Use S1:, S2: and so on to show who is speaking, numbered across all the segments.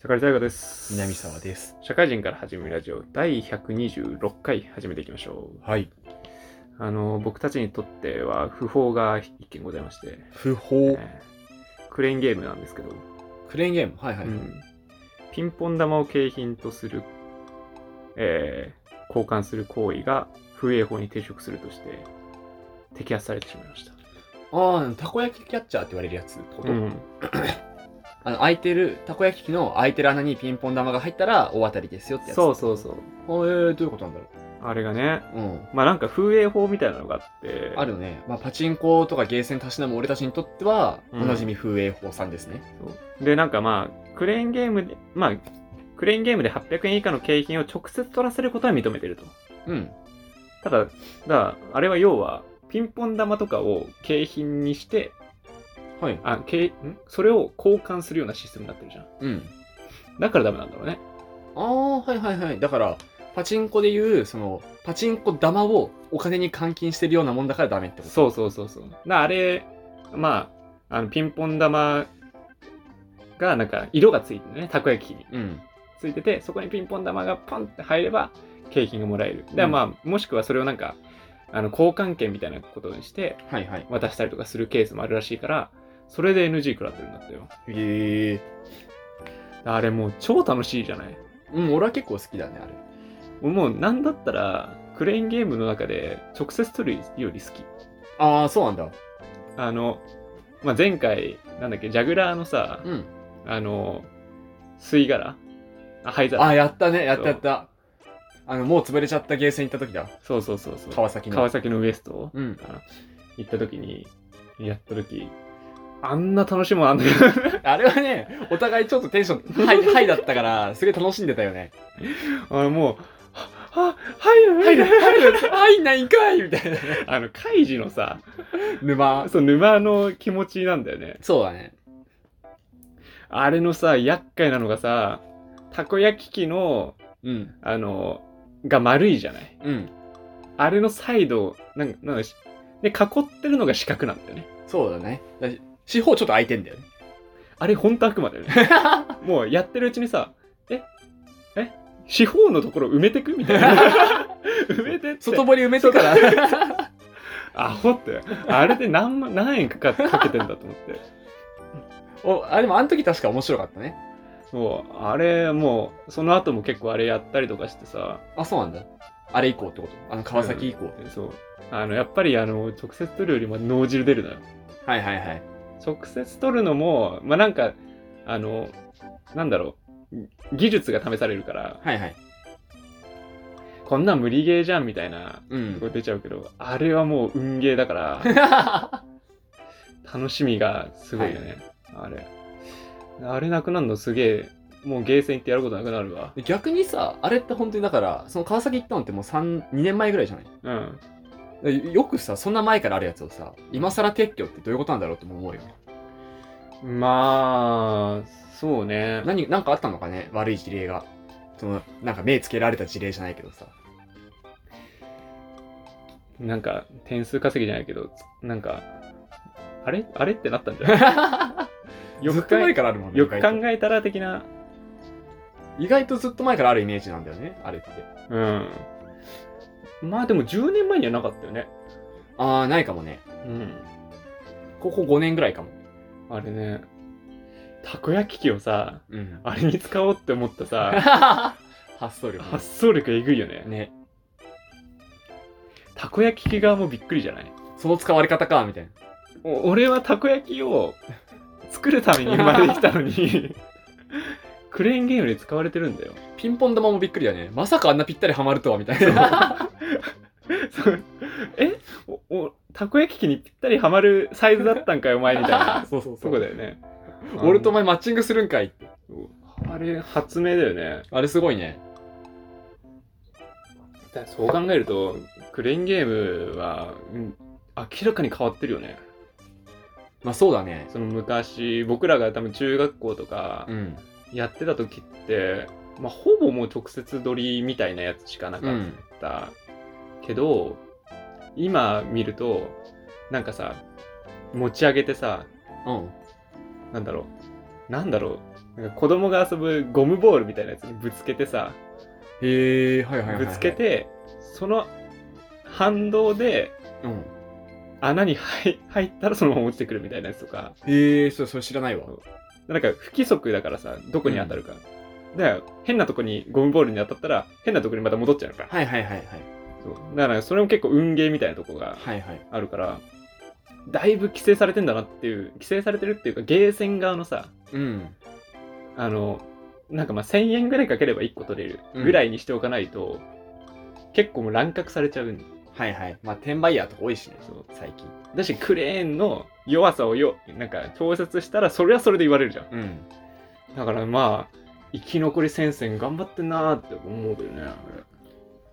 S1: 坂井大河です。
S2: 南沢です。
S1: 社会人から始めるラジオ第126回始めていきましょう。
S2: はい。
S1: あの、僕たちにとっては不法が一件ございまして、
S2: 不法。
S1: えークレーンゲームなんですけど、
S2: クレーンゲーム。はいはい。
S1: うんピンポン玉を景品とする、えー交換する行為が風営法に抵触するとして、摘発されてしまいました。
S2: ああ、たこ焼きキャッチャーって言われるやつってこと、
S1: うん
S2: あの、空いてる、たこ焼き器の空いてる穴にピンポン玉が入ったら大当たりですよってやつ。。
S1: そうそうそうう。
S2: あーえー、どういうことなんだろ
S1: あれがね、
S2: う。うん。
S1: まあなんか風営法みたいなのがあって、
S2: あるよね。まあ、パチンコとかゲーセンたしなむ俺たちにとっては、
S1: うん
S2: おなじみ風営法さんですね。
S1: そうで、なんかまあ、クレーンゲームで、まあ、クレーンゲームで800円以下の景品を直接取らせることは認めてると。
S2: うん。
S1: ただ、だからあれは要は、ピンポン玉とかを景品にして、
S2: はい。
S1: あ、けんそれを交換するようなシステムになってるじゃん。
S2: うん。
S1: だからダメなんだろうね。
S2: ああ、はいはいはい。だから、パチンコでいう、その、パチンコ玉をお金に換金してるようなもんだからダメってこと。
S1: そうそうそうそう。なあれ、まあ、あのピンポン玉がなんか色がついてるね、たこ焼き器に。
S2: うん。
S1: ついててそこにピンポン玉がポンって入れば景品がもらえるで、
S2: うん
S1: まあもしくはそれをなんかあの交換券みたいなことにして
S2: はいはい。
S1: 渡したりとかするケースもあるらしいからそれで NG 食らってるんだってよ
S2: へえ。
S1: あれもう超楽しいじゃない
S2: うん、俺は結構好きだね、あれ。
S1: もうなんだったらクレーンゲームの中で直接取るより好き
S2: ああ、そうなんだ。
S1: あの、まあ、前回なんだっけジャグラーのさ、
S2: うん。
S1: あの吸い殻あ灰皿
S2: あ、やったね、やったやった。あの、もう潰れちゃったゲーセン行った時だ。
S1: そうそうそうそう
S2: 川崎の。
S1: 川崎のウエストを
S2: うん。
S1: 行った時にやった時あんな楽しいもんあんだけど
S2: あれはね、お互いちょっとテンション、 はい、はいだったから、すげえ楽しんでたよ ね。
S1: あのもう「はは入る
S2: は
S1: 入
S2: い、
S1: る
S2: はい、はい、ないんかいみたいな。
S1: あのカイジのさ
S2: 沼。
S1: そう沼の気持ちなんだよね
S2: そうだね。
S1: あれのさ厄介なのがさたこ焼き器の
S2: うん。
S1: あのが丸いじゃない
S2: うん。
S1: あれのサイドなんなんだしで囲ってるのが四角なんだよね
S2: そうだね。だし四方ちょっと空いてんだよね。
S1: あれほんと悪 魔だよねもうやってるうちにさええ四方のところ埋めてくみたいな 埋めてって
S2: 外堀埋めてから。
S1: アホって、あれで何万何円かかかけてんだと思って。
S2: お、あ、でもあの時確か面白かったね。
S1: そう、あれ、もう、その後も結構あれやったりとかしてさ、
S2: あ、そうなんだ。あれ以降ってことあの、川崎以降。
S1: そう、あの、やっぱり、あの、直接取るよりも脳汁出るのよ。
S2: はいはいはい。
S1: 直接取るのも、まあ、なんか、あの、なんだろう、技術が試されるから、
S2: はいはい。
S1: こんなん無理ゲーじゃんみたいな、
S2: う
S1: とこ
S2: ん。
S1: 出ちゃうけど、あれはもう運ゲーだから、楽しみがすごいよね、あれ。あれなくなるのすげえ、もうゲーセン行ってやることなくなるわ。
S2: で逆にさあれって本当にだからその川崎行ったのってもう3 2年前ぐらいじゃない
S1: うん。
S2: でよくさそんな前からあるやつをさ今更撤去ってどういうことなんだろうっても思うよね
S1: まあ、そうね。
S2: 何なんかあったのかね悪い事例がそのなんか目つけられた事例じゃないけどさ
S1: なんか、点数稼ぎじゃないけど、つなんか、あれあれってなったんじゃないよ
S2: ず
S1: く
S2: っと
S1: か
S2: 前
S1: ん
S2: からあるもんね
S1: よく
S2: 意
S1: 考
S2: 外と
S1: えたら的な、
S2: 意外とずっと前からあるイメージなんだよねあれって
S1: うん。まあでも10年前にはなかったよね。
S2: ああないかもね
S1: うん。
S2: ここ5年ぐらいかも
S1: あれね、たこ焼き器をさ、
S2: うん
S1: あれに使おうって思ったさ、
S2: 発想力ね
S1: 発想力えぐいよね。
S2: ね
S1: たこ焼き器側もびっくりじゃない
S2: その使われ方かみたいな
S1: お俺はたこ焼きを作るために生まれてきたの にクレーンゲームで使われてるんだ よ
S2: ピンポン玉もびっくりだねまさかあんなぴったりハマるとはみたいな
S1: そうえおおたこ焼き器にぴったりはまるサイズだったんかよお前みたい な
S2: そうそう
S1: そこだよね
S2: 俺とお
S1: 前
S2: 前マッチングするんかいって
S1: あれ発明だよね
S2: あれすごいね。
S1: そう考えるとクレーンゲームは、うん明らかに変わってるよね
S2: まあそうだね。
S1: その昔僕らが多分中学校とか
S2: うん。
S1: やってた時って、まあ、ほぼもう直接撮りみたいなやつしかなかった、
S2: うん。
S1: ったけど今見るとなんかさ持ち上げてさ
S2: うん。
S1: なんだろうなんだろうなんか子供が遊ぶゴムボールみたいなやつにぶつけてさ、
S2: へえ、はいはいはいはい。
S1: ぶつけ。て、その反動で
S2: うん。
S1: 穴に入入ったらそのまま落ちてくるみたいなやつとか、
S2: へえ、それ、それ知らないわ。
S1: なんか不規則だからさ、どこに当たるか。だから変なとこにゴムボールに当たったら変なとこにまた戻っちゃうから。
S2: はいはいはいはい。
S1: そうだからそれも結構運ゲーみたいなとこが
S2: はいはい。
S1: あるから、だいぶ規制されてんだなっていう、規制されてるっていうかゲーセン側のさ、
S2: うん。
S1: あの、なんかまあ1000円ぐらいかければ1個取れるぐらいにしておかないと、結構もう乱獲されちゃうん
S2: はいはい。まあ、転売ヤーとか多いしね、
S1: そう
S2: 最近。
S1: だしクレーンの弱さをよなんか調節したらそれはそれで言われるじゃん
S2: うん。
S1: だからまあ生き残り戦線頑張ってんなーって思うけどね
S2: ま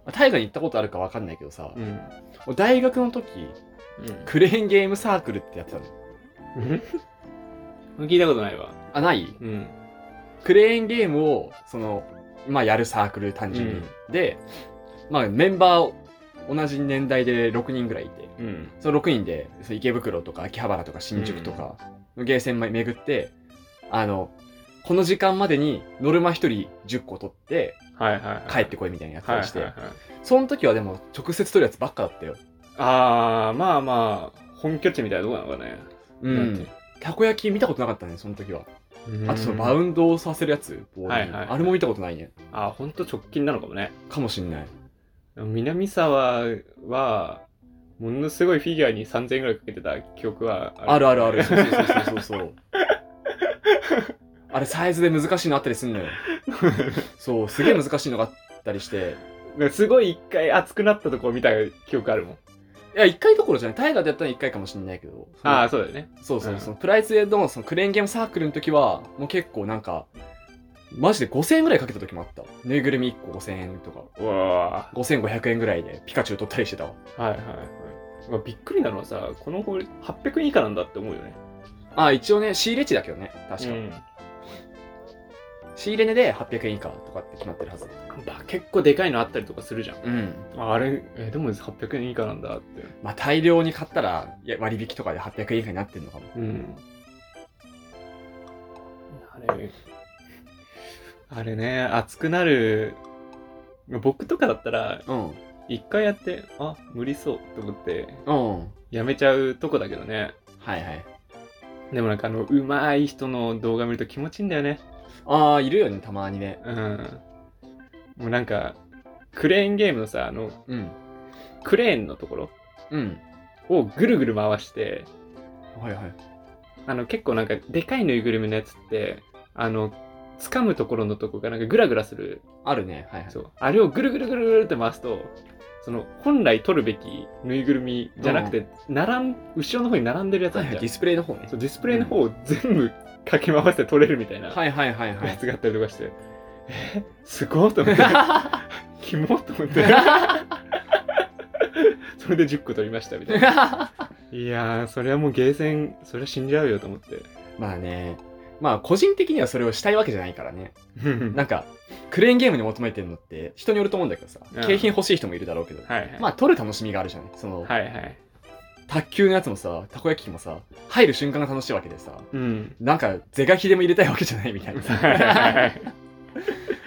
S2: あ大河に行ったことあるかわかんないけどさ、
S1: うん
S2: 俺大学の時、クレーンゲームサークルってやってたの。
S1: うん 聞いたことないわ
S2: あ、ない
S1: うん
S2: クレーンゲームを、その、まあ、やるサークル、単純に。で、まあ、メンバーを、同じ年代で6人ぐらいいて、
S1: うん
S2: その6人で、その池袋とか秋葉原とか新宿とか、ゲーセンま巡って、あの、この時間までにノルマ1人10個取って
S1: はいはい、はい、
S2: 帰ってこいみたいなやつをして、
S1: はいはいはい
S2: その時はでも直接取るやつばっかだったよ。
S1: ああまあまあ本拠地みたいなとこなのかね
S2: う
S1: なんて
S2: ん。たこ焼き見たことなかったね、その時は。あとそのバ
S1: ン
S2: ウンドをさせるやつ、ボールに
S1: はいはいはい
S2: あれも見たことないね。
S1: あーほんと直近なのかもね
S2: かもしんない。
S1: 南沢はものすごいフィギュアに3000円ぐらいかけてた記憶は
S2: あるあるある。
S1: そ
S2: そうう
S1: そう
S2: そうそうそうそう。あれサイズで難しいのあったりすんの よ。そう、すげえ難しいのがあったりして。
S1: なんかすごい一回熱くなったとこ見た記憶あるもん。
S2: いや、一回どころじゃない。タイガーでやったのは一回かもしんないけど。
S1: ああ、そうだよね。
S2: そうそううんそのプライズエのそのクレーンゲームサークルの時は、もう結構なんか、マジで5000円ぐらいかけた時もあった。ぬいぐるみ1個5000円とか、
S1: うわ
S2: 5500円ぐらいでピカチュウ取ったりしてたわ。
S1: あ。はいはいはい。まあ、びっくりなのはさ、このこれ800円以下なんだって思うよね。
S2: あ、一応ね、仕入れ値だけどね、確か。
S1: うん
S2: 仕入れ値で800円以下とかって決まってるはず。
S1: ば結構でかいのあったりとかするじゃん。
S2: うん。
S1: ああれ、えでも800円以下なんだって。
S2: まあ大量に買ったらいや割引とかで800円以下になってるのかも。
S1: うん。あれ、あれね、熱くなる。僕とかだったら、一回やって、あ、無理そうと思って、
S2: うん。うん。
S1: やめちゃうとこだけどね。
S2: はいはい。
S1: でもなんかあの、うまい人の動画見ると気持ちいいんだよね。
S2: ああ、いるよね、たまにね。
S1: うん。もうなんか、クレーンゲームのさ、あの、
S2: うん。
S1: クレーンのところ
S2: うん。
S1: をぐるぐる回して、
S2: はいはい。
S1: あの、結構なんか、でかいぬいぐるみのやつって、あの、掴むところのとこがなんかグラグラする。
S2: あるね。はいはい。
S1: そう。あれをぐるぐるぐるぐるって回すと、その、本来取るべきぬいぐるみじゃなくて、並ん、後ろの方に並んでるやつあ
S2: は
S1: る
S2: いは
S1: じゃ
S2: い、
S1: ん。
S2: ディスプレイの方ね
S1: そ。うディスプレイの方を全部かき回して取れるみたいな。
S2: はいはいはいは
S1: や
S2: い。
S1: つがあったりとかして、えすごいと思って、キモと思 って、それで10個取りましたみ たいな。いやー、それはもうゲーセン、それは死んじゃうよと思って。
S2: まあね。まあ個人的にはそれをしたいわけじゃないからね。
S1: うん
S2: なんか、クレーンゲームに求めてるのって人によると思うんだけどさ
S1: うん、
S2: 景品欲しい人もいるだろうけど。
S1: はいはい。
S2: まあ取る楽しみがあるじゃない。その、
S1: はいはい。
S2: 卓球のやつもさ、たこ焼き器もさ、入る瞬間が楽しいわけでさ、
S1: うん。
S2: なんか、是が非でも入れたいわけじゃないみた いなさ。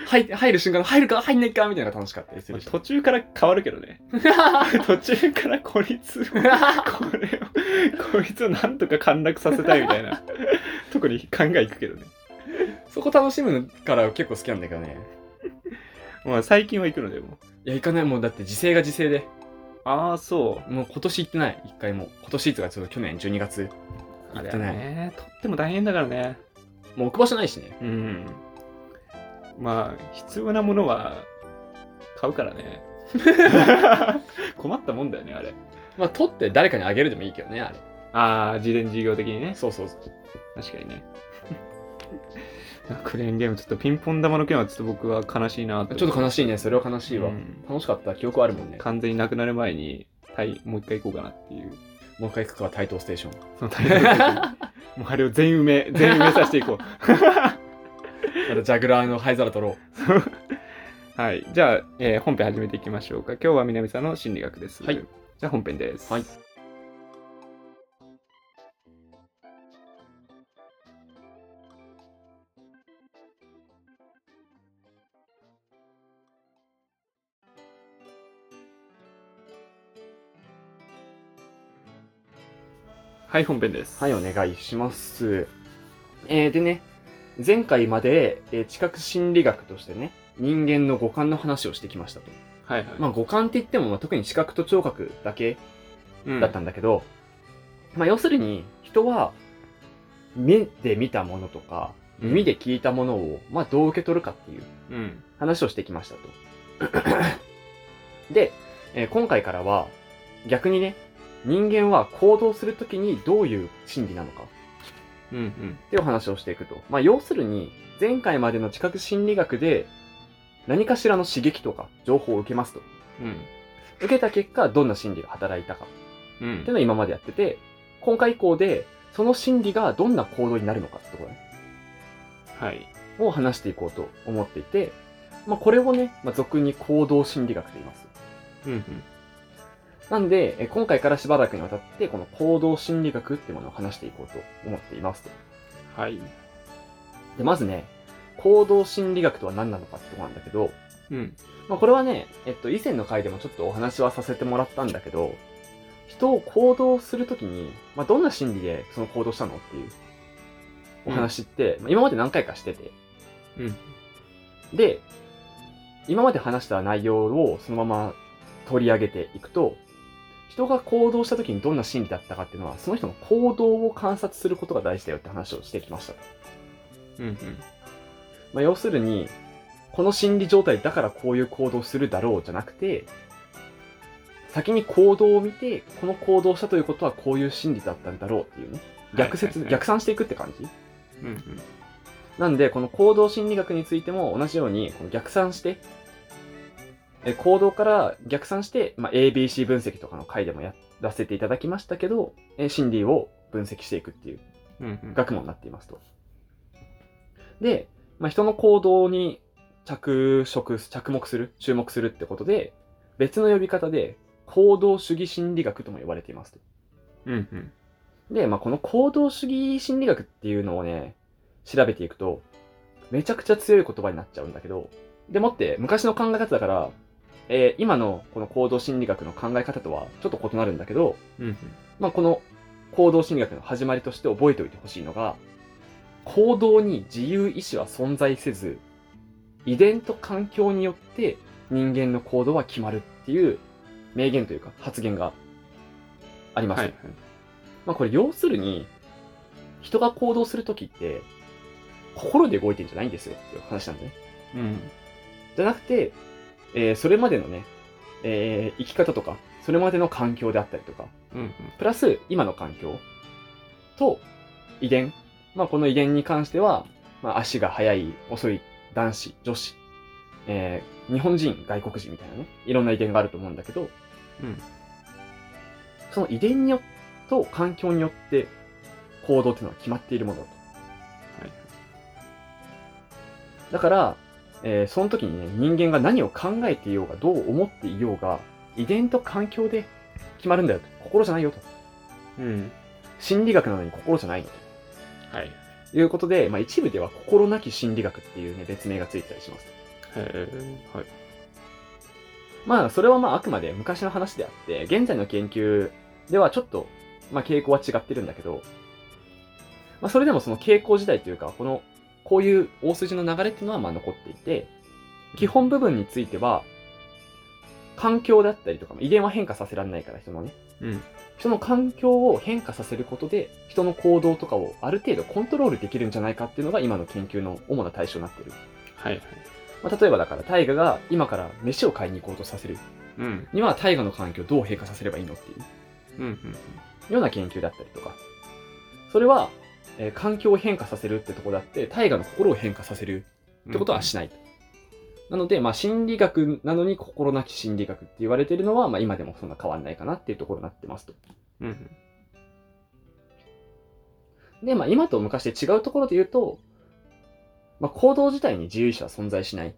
S2: 入って入る瞬間、入るか入んないかみたいなのが楽しかったりするし。
S1: 途中から変わるけどね。途中からこい つを、これを、こいつをなんとか陥落させたいみたい な、特に考えいくけどね。
S2: そこ楽しむから結構好きなんだけどね。
S1: まあ最近は行くのでも。
S2: いや、行かない。もうだって時勢が時勢で。
S1: ああ、そう。
S2: もう今年行ってない。一回も。今年とか、ちょっと去年12月。
S1: あれ
S2: 行っ
S1: は
S2: てない
S1: ね、取っても大変だからね。
S2: もう置く場所ないしね。
S1: うん。まあ、必要なものは買うからね。困ったもんだよね、あれ。
S2: まあ、取って誰かにあげるでもいいけどね、あれ。
S1: ああ、事前事業的にね。
S2: そうそうそう。
S1: 確かに ね。クレーンゲーム、ちょっとピンポン玉の件はちょっと僕は悲しいな
S2: ちょっと悲
S1: し
S2: しいね。それは悲しいわ。楽しかった記憶あるもんね。
S1: 完全になくなる前に、はい、もう一回行こうかなっていう。
S2: もう一回行くか、台東ステーション。
S1: そのタイトル的にもうあれを全埋め、全埋めさせていこう。
S2: またジャグラーの灰皿取ろう。
S1: はい、じゃあ、えー本編始めていきましょうか。今日は南さんの心理学です。
S2: はい
S1: じゃあ本編です。
S2: はい
S1: はい、本編です。
S2: はい、お願いします。えーでね、前回まで、えー知覚心理学としてね、人間の五感の話をしてきましたと。
S1: はい、はい。
S2: まあ、五感って言っても、まあ、特に視覚と聴覚だけ
S1: うん
S2: だったんだけど、まあ、要するに、人は、目で見たものとか、耳で聞いたものを、まあ、どう受け取るかっていう
S1: うん。
S2: 話をしてきましたと。で、えー今回からは、逆にね、人間は行動するときにどういう心理なのか、
S1: うん、うん。
S2: っていうお話をしていくと。まあ、要するに、前回までの知覚心理学で、何かしらの刺激とか情報を受けますと。
S1: うん。
S2: 受けた結果、どんな心理が働いたかって
S1: うん。
S2: いうのを今までやってて、今回以降で、その心理がどんな行動になるのかってところね
S1: はい。
S2: を話していこうと思っていて、まあ、これをね、まあ、俗に行動心理学と言います。
S1: うん、うん。
S2: なんで、え今回からしばらくにわたって、この行動心理学っていうものを話していこうと思っていますと。
S1: はい。
S2: で、まずね、行動心理学とは何なのかってとこなんだけど、
S1: うん。
S2: まあ、これはね、えっと、以前の回でもちょっとお話はさせてもらったんだけど、人を行動するときに、まあ、どんな心理でその行動したのっていうお話って、まあ今まで何回かしてて、
S1: うん。
S2: で、今まで話した内容をそのまま取り上げていくと、人が行動したときにどんな心理だったかっていうのは、その人の行動を観察することが大事だよって話をしてきました。
S1: うん、
S2: まあ、要するに、この心理状態だからこういう行動するだろうじゃなくて、先に行動を見て、この行動をしたということはこういう心理だったんだろうっていうね。逆説、
S1: はいはいはい
S2: 逆算していくって感じ
S1: うん。うん、うん。
S2: なんで、この行動心理学についても同じように、この逆算して、え行動から逆算して、まあ、ABC 分析とかの回でもやらせていただきましたけど、え心理を分析していくっていう
S1: うん、うん。
S2: 学問になっていますと。で、まあ、人の行動に着色、着目する、注目するってことで、別の呼び方で行動主義心理学とも言われていますと。
S1: うん、うん。
S2: で、まあ、この行動主義心理学っていうのをね、調べていくと、めちゃくちゃ強い言葉になっちゃうんだけど、でもって昔の考え方だから、えー今のこの行動心理学の考え方とはちょっと異なるんだけど、
S1: うん、
S2: まあ、この行動心理学の始まりとして覚えておいてほしいのが、行動に自由意志は存在せず、遺伝と環境によって人間の行動は決まるっていう名言というか発言があり
S1: うん。
S2: ます。
S1: はい、はい。
S2: まあ、これ要するに、人が行動するときって、心で動いてんじゃないんですよっていう話なんだね。
S1: うん。
S2: じゃなくて、えーそれまでのね、えー生き方とか、それまでの環境であったりとか、
S1: うん、うん。
S2: プラス今の環境と遺伝。まあ、この遺伝に関しては、まあ、足が速い、遅い、男子、女子、えー日本人、外国人みたいなね、いろんな遺伝があると思うんだけど、
S1: うん
S2: その遺伝によと環境によって行動っていうのは決まっているものだと。
S1: はい。
S2: だから、えーその時にね、人間が何を考えていようが、どう思っていようが、遺伝と環境で決まるんだよと。心じゃないよと。
S1: うん。
S2: 心理学なのに心じゃないと。
S1: はい。
S2: ということで、まあ、一部では心なき心理学っていうね、別名がついてたりします。
S1: へえ。はい。
S2: まあ、それはまあ、あくまで昔の話であって、現在の研究ではちょっと、まあ、傾向は違ってるんだけど、まあ、それでもその傾向時代というか、この、こういう大筋の流れっていうのはまあ残っていて、基本部分については、環境だったりとか、まあ遺伝は変化させられないから、人のね。
S1: うん。
S2: 人の環境を変化させることで、人の行動とかをある程度コントロールできるんじゃないかっていうのが今の研究の主な対象になってる。
S1: はい、はい。
S2: まあ、例えばだから、大河が今から飯を買いに行こうとさせる
S1: うん。
S2: には、大河の環境をどう変化させればいいのっていう
S1: うん、うん。
S2: ような研究だったりとか。それは、えー環境を変化させるってところであって、大河の心を変化させる
S1: うん
S2: ってことはしない。なので、まあ、心理学なのに心なき心理学って言われてるのは、まあ、今でもそんな変わんないかなっていうところになってますと。
S1: うん、うん。
S2: で、まあ、今と昔で違うところで言うと、まあ、行動自体に自由意志は存在しない。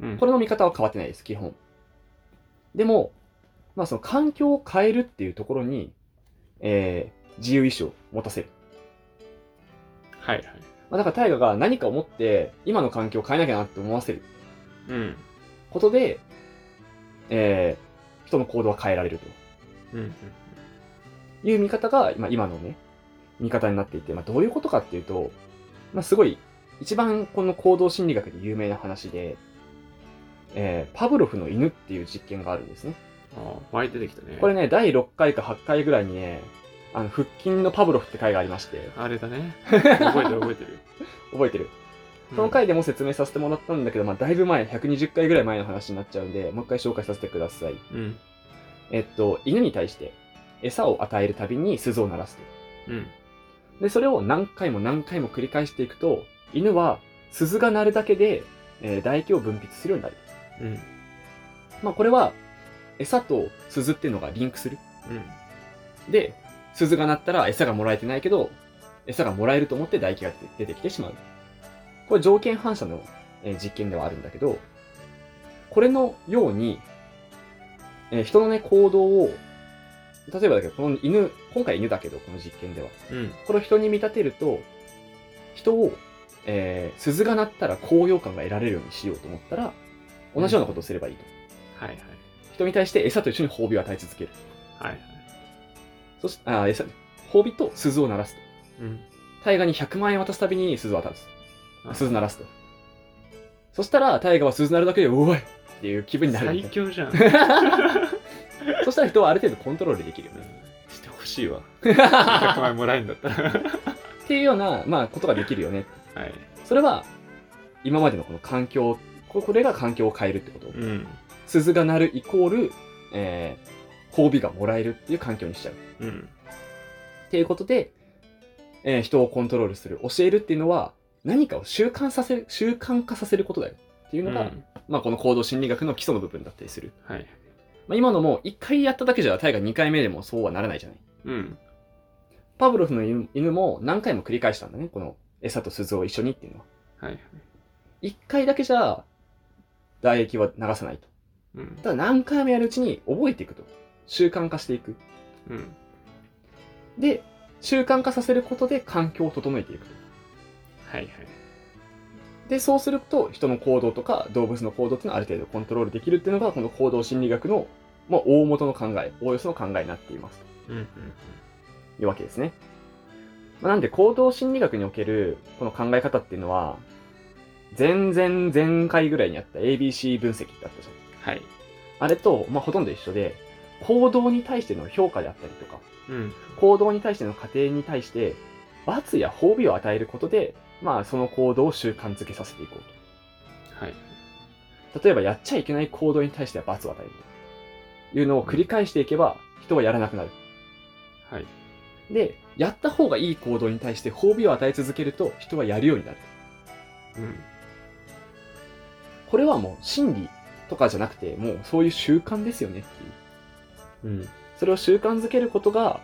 S1: うん
S2: これの見方は変わってないです、基本。でも、まあその環境を変えるっていうところに、えー自由意志を持たせる。
S1: はい、はい。
S2: まあ、だから大河が何かを持って、今の環境を変えなきゃなって思わせる
S1: うん。
S2: ことで、えー人の行動は変えられると。
S1: うん、うん。
S2: いう見方が、まあ、今のね、見方になっていて、まあ、どういうことかっていうと、まあ、すごい、一番この行動心理学で有名な話で、えーパブロフの犬っていう実験があるんですね。
S1: ああ、前に出てきたね。
S2: これね、第6回か8回ぐらいにね、あの、腹筋のパブロフって回がありまして、
S1: あれだね。覚えてる覚えてる。
S2: 覚えてる。
S1: うん
S2: その回でも説明させてもらったんだけど、まあ、だいぶ前、120回ぐらい前の話になっちゃうんで、もう一回紹介させてください。
S1: うん。
S2: えっと、犬に対して、餌を与えるたびに鈴を鳴らす
S1: う
S2: と。
S1: ん。
S2: で、それを何回も何回も繰り返していくと、犬は鈴が鳴るだけで、えー唾液を分泌するようになる。
S1: うん。
S2: まあ、これは、餌と鈴っていうのがリンクする。
S1: うん。
S2: で、鈴が鳴ったら餌がもらえてないけど、餌がもらえると思って唾液が出てきてしまう。これ条件反射のえー実験ではあるんだけど、これのように、えー人のね、行動を、例えばだけど、この犬、今回犬だけど、この実験では。
S1: うん。
S2: これを人に見立てると、人を、えー鈴が鳴ったら高揚感が得られるようにしようと思ったら、同じようなことをすればいいと。
S1: はいはい。
S2: 人に対して餌と一緒に褒美を与え続ける。
S1: はいはい。
S2: そしあー餌、褒美と鈴を鳴らすと。
S1: うん。
S2: タイガに100万円渡すたびに鈴を渡す。
S1: あ
S2: 鈴鳴らすと。そしたら、タイガは鈴鳴るだけで、おいっていう気分になるん
S1: 最
S2: だ。
S1: 強じゃん。
S2: そしたら人はある程度コントロールできるよね。
S1: してほしいわ。100万円もらえんだったら。
S2: っていうような、まあ、ことができるよね。
S1: はい。
S2: それは、今までのこの環境、ここれが環境を変えるってこと。
S1: うん。
S2: 鈴が鳴るイコール、えー、褒美がもらえるっていう環境にしちゃう。
S1: うん。
S2: っていうことで、えー人をコントロールする、教えるっていうのは、何かを習慣させる、習慣化させることだよ。っていう
S1: う
S2: の
S1: ん
S2: が、まあ、この行動心理学の基礎の部分だったりする。
S1: はい。
S2: まあ、今のも1回やっただけじゃ大河2回目でもそうはならないじゃない。
S1: うん。
S2: パブロフの犬犬も何回も繰り返したんだね。この餌と鈴を一緒にっていうのは。
S1: はいはい。
S2: 1回だけじゃ唾液は流さないと。
S1: うん。
S2: ただ何回もやるうちに覚えていくと。習慣化していく。
S1: うん。
S2: で、習慣化させることで環境を整えていくと。
S1: はいはい。
S2: で、そうすると人の行動とか動物の行動っていうのはある程度コントロールできるっていうのがこの行動心理学の、まあ、大元の考え、おおよその考えになっています。
S1: うん。うん。
S2: というわけですね。まあなんで行動心理学におけるこの考え方っていうのは、前々前回ぐらいにあった ABC 分析ってあったじゃん。
S1: はい。
S2: あれと、まあ、ほとんど一緒で、行動に対しての評価であったりとか、
S1: うん。
S2: 行動に対しての過程に対して、罰や褒美を与えることで、まあ、その行動を習慣づけさせていこう
S1: はい。
S2: と。例えば、やっちゃいけない行動に対しては罰を与えるというのを繰り返していけば、人はやらなくなる。
S1: はい。
S2: で、やった方がいい行動に対して褒美を与え続けると、人はやるようになる。
S1: うん。
S2: これはもう、心理とかじゃなくて、もう、そういう習慣ですよねっていう。
S1: うん。
S2: それを習慣づけることが、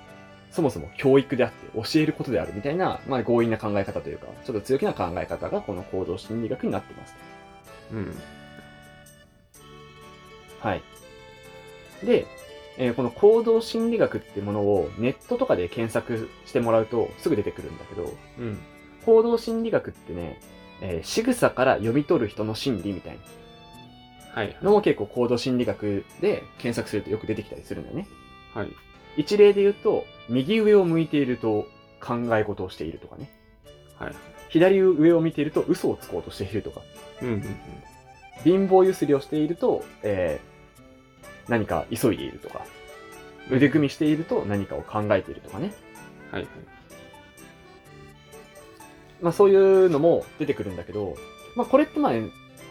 S2: そもそも教育であって、教えることであるみたいな、まあ強引な考え方というか、ちょっと強気な考え方がこの行動心理学になっています。
S1: うん。
S2: はい。で、えーこの行動心理学ってものをネットとかで検索してもらうとすぐ出てくるんだけど、
S1: うん。
S2: 行動心理学ってね、えー、仕草から読み取る人の心理みたい
S1: はいはい。
S2: なのも結構行動心理学で検索するとよく出てきたりするんだよね。
S1: はい。
S2: 一例で言うと、右上を向いていると考え事をしているとかね。
S1: はい。
S2: 左上を見ていると嘘をつこうとしているとか、
S1: うん。うん。
S2: 貧乏ゆすりをしていると、えー何か急いでいるとか、腕組みしていると何かを考えているとかね。
S1: はいはい。
S2: まあそういうのも出てくるんだけど、まあこれってまあ、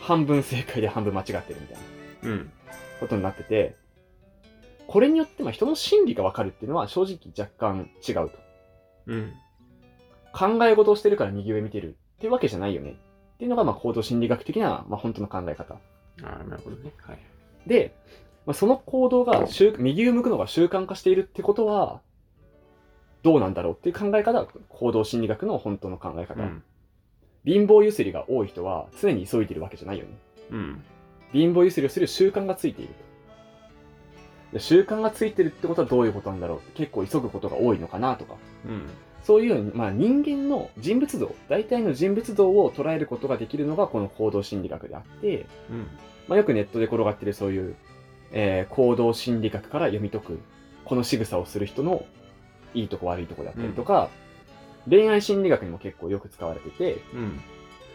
S2: 半分正解で半分間違ってるみたいな
S1: うん。
S2: ことになってて、これによってまあ人の心理がわかるっていうのは正直若干違うと。
S1: うん。
S2: 考え事をしてるから右上見てるっていうわけじゃないよね。っていうのがまあ行動心理学的な、まあ本当の考え方。
S1: ああ、なるほどね。はい。
S2: で、まあ、その行動が習右を向くのが習慣化しているってことは、どうなんだろうっていう考え方が行動心理学の本当の考え方。
S1: うん。
S2: 貧乏ゆすりが多い人は常に急いでるわけじゃないよね。
S1: うん。
S2: 貧乏ゆすりをする習慣がついているで習慣がついてるってことはどういうことなんだろう結構急ぐことが多いのかなとか。
S1: うん。
S2: そういうように、まあ、人間の人物像、大体の人物像を捉えることができるのがこの行動心理学であって、
S1: うん。
S2: まあ、よくネットで転がってるそういう、えー行動心理学から読み解く、この仕草をする人のいいとこ悪いとこであったりとか、恋愛心理学にも結構よく使われてて、
S1: うん。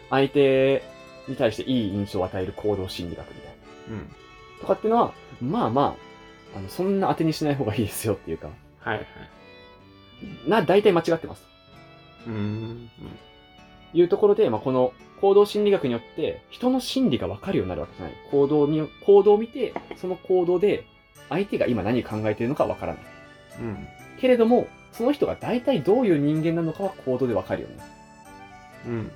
S2: 相手に対していい印象を与える行動心理学みたいな。
S1: うん。
S2: とかっていうのは、まあまあ、あのそんな当てにしない方がいいですよっていうか、
S1: はいはい。
S2: な、大体間違ってます。
S1: うーん。
S2: いうところで、まあ、この行動心理学によって、人の心理が分かるようになるわけじゃない。行動に、行動を見て、その行動で、相手が今何考えているのか分からない。
S1: うん。
S2: けれども、その人が大体どういう人間なのかは行動で分かるようになる。
S1: うん。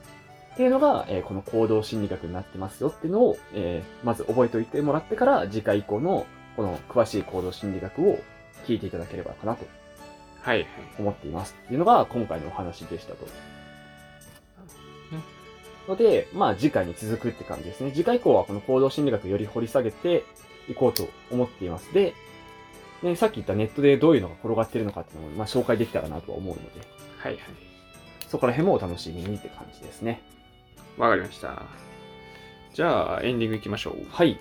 S2: っていうのが、えーこの行動心理学になってますよっていうのを、えーまず覚えておいてもらってから、次回以降の、この詳しい行動心理学を聞いていただければかなと
S1: はいはい。
S2: 思っていますっていうのが今回のお話でしたと。ので、まあ次回に続くって感じですね。次回以降はこの行動心理学より掘り下げていこうと思っています。で、ね、さっき言ったネットでどういうのが転がってるのかっていうのも、まあ紹介できたらなとは思うので、
S1: はいはい。
S2: そこら辺もお楽しみにって感じですね。
S1: わかりました。じゃあ、エンディングいきましょう。
S2: はい。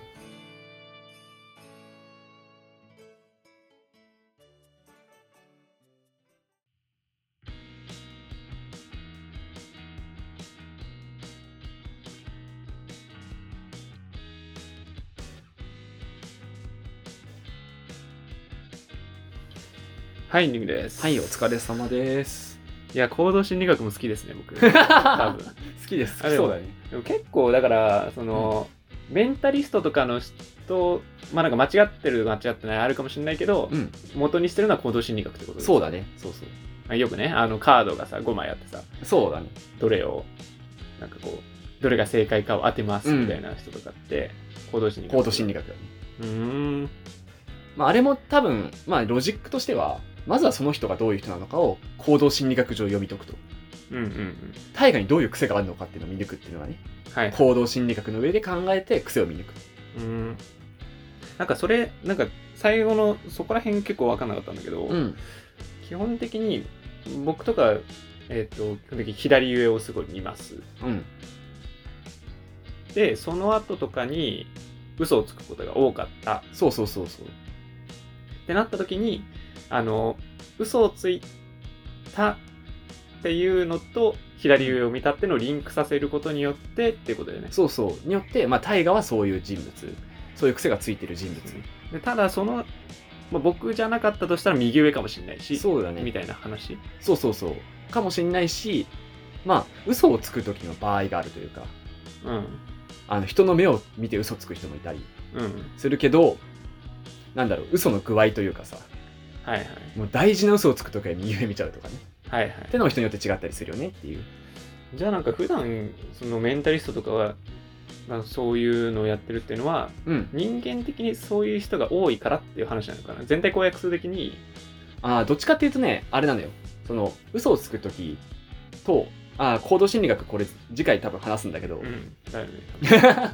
S1: はい、エンディングです。
S2: はい、お疲れ様です。
S1: いや、行動心理学も好きですね、 僕。多分。
S2: 好きです。
S1: あ
S2: 好きそうだね。
S1: でも結構、だから、その、メンタリストとかの人、まあなんか間違ってる、間違ってない、あるかもしれないけど、
S2: うん。
S1: 元にしてるのは行動心理学ってことです
S2: そうだね。
S1: そうそう。まあよくね、あの、カードがさ、5枚あってさ、
S2: そうだね。
S1: どれを、なんかこう、どれが正解かを当てますみたいな人とかって、行動心理学。
S2: 行動心理
S1: 学。
S2: 学だね。
S1: うーん。
S2: まあ、あれも多分、まあ、ロジックとしては、まずはその人がどういう人なのかを行動心理学上読み解くと。
S1: うんうんうん。
S2: 大河にどういう癖があるのかっていうのを見抜くっていうのがね、
S1: はい。
S2: 行動心理学の上で考えて癖を見抜く。
S1: うん。なんかそれ、なんか最後のそこら辺結構分かんなかったんだけど、
S2: ん。
S1: 基本的に僕とか、えっ、と、基本的に左上をすごい見ます。
S2: うん。
S1: で、その後とかに嘘をつくことが多かったっ
S2: そうそうそうそう。
S1: てなった時に、あの、嘘をついたっていうのと左上を見たってのをリンクさせることによってっていうことだよね。
S2: そうそう。によって、まあ、大河はそういう人物。そういう癖がついてる人物。
S1: でただその、まあ、僕じゃなかったとしたら右上かもしれないし、
S2: そうだ
S1: み
S2: ね。
S1: たいな話。
S2: そうそうそう。かもしんないし、まあ、嘘をつく時の場合があるというか、
S1: うん。
S2: あの、人の目を見て嘘つく人もいたり
S1: うん。
S2: するけど、なんだろう、嘘の具合というかさ、
S1: はいはい。
S2: もう大事な嘘をつくときは右上見ちゃうとかね。
S1: はいはい。
S2: ってのも人によって違ったりするよねっていう。
S1: じゃあなんか普段そのメンタリストとかはまあそういうのをやってるっていうのは
S2: うん。
S1: 人間的にそういう人が多いからっていう話なのかな全体公約数的に
S2: ああ、どっちかっていうとね、あれなのよ。その、嘘をつくときと、ああ、行動心理学これ次回多分話すんだけど、
S1: んだよね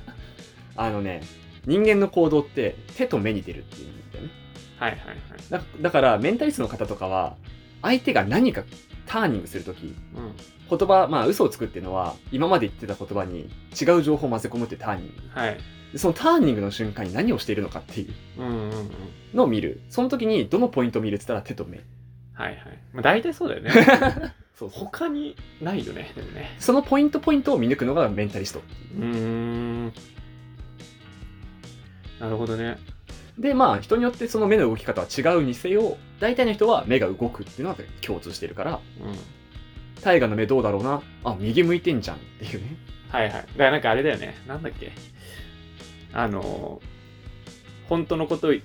S2: あのね、人間の行動って手と目に出るっていうんだよね。
S1: はいはいはい
S2: だだから、メンタリストの方とかは、相手が何かターニングするとき、
S1: うん
S2: 言葉、まあ嘘をつくっていうのは、今まで言ってた言葉に違う情報を混ぜ込むっていうターニング。
S1: はい
S2: でそのターニングの瞬間に何をしているのかっていう
S1: うんうんうん
S2: のを見る。その時にどのポイントを見るって言ったら手と目。
S1: はいはいまあ大体そうだよね
S2: そうそう
S1: 他にないよねでもね
S2: そのポイントポイントを見抜くのがメンタリスト。
S1: うーんなるほどね
S2: で、まあ、人によってその目の動き方は違うにせよ、大体の人は目が動くっていうのは共通してるから、
S1: うん
S2: 大河の目どうだろうなあ、右向いてんじゃんっていうね。
S1: はいはいだからなんかあれだよねなんだっけあのー本当のことをで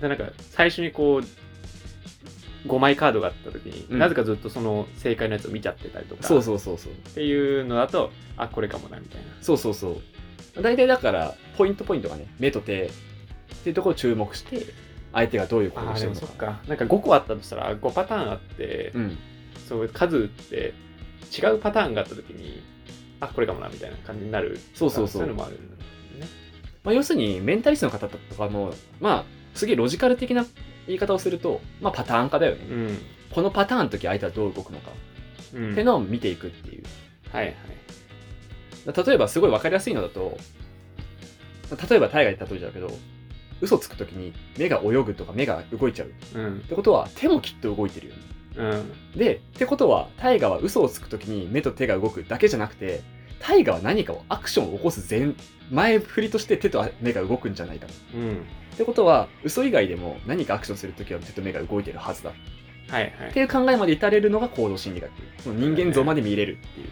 S1: なんか最初にこう5枚カードがあった時に、
S2: うん
S1: なぜかずっとその正解のやつを見ちゃってたりとか
S2: そうそうそうそう。
S1: っていうのだとあこれかもなみたいな
S2: そうそうそう。大体だから、ポイントポイントがね、目と手っていうところを注目して、相手がどういう行動
S1: あ
S2: をし
S1: ー
S2: て
S1: で
S2: る
S1: も
S2: の
S1: そ
S2: か
S1: っ。かなんか5個あったとしたら5パターンあって、
S2: うん。
S1: そう数打って違うパターンがあった時にあこれかもなみたいな感じになる
S2: そうそうそ
S1: そ
S2: う
S1: ういうのもあるんだね
S2: まあ、要するに、メンタリストの方とかも、まあ、すげえロジカル的な言い方をすると、まあ、パターン化だよね。このパターンの時相手はどう動くのか。
S1: うん、うん、
S2: ってのを見ていくっていう。
S1: はいはい
S2: 例えばすごい分かりやすいのだと、例えば大河で例えちゃうけど、嘘つくときに目が泳ぐとか目が動いちゃうっ
S1: うん。
S2: てことは手もきっと動いてるよね
S1: うん。
S2: でってことは大河は嘘をつくときに目と手が動くだけじゃなくて大河は何かをアクションを起こす前前振りとして手と目が動くんじゃないかな
S1: うん。
S2: ってことは嘘以外でも何かアクションするときは手と目が動いてるはずだっ
S1: はいはい
S2: て。いう考えまで至れるのが行動心理学その人間像まで見れるっていう、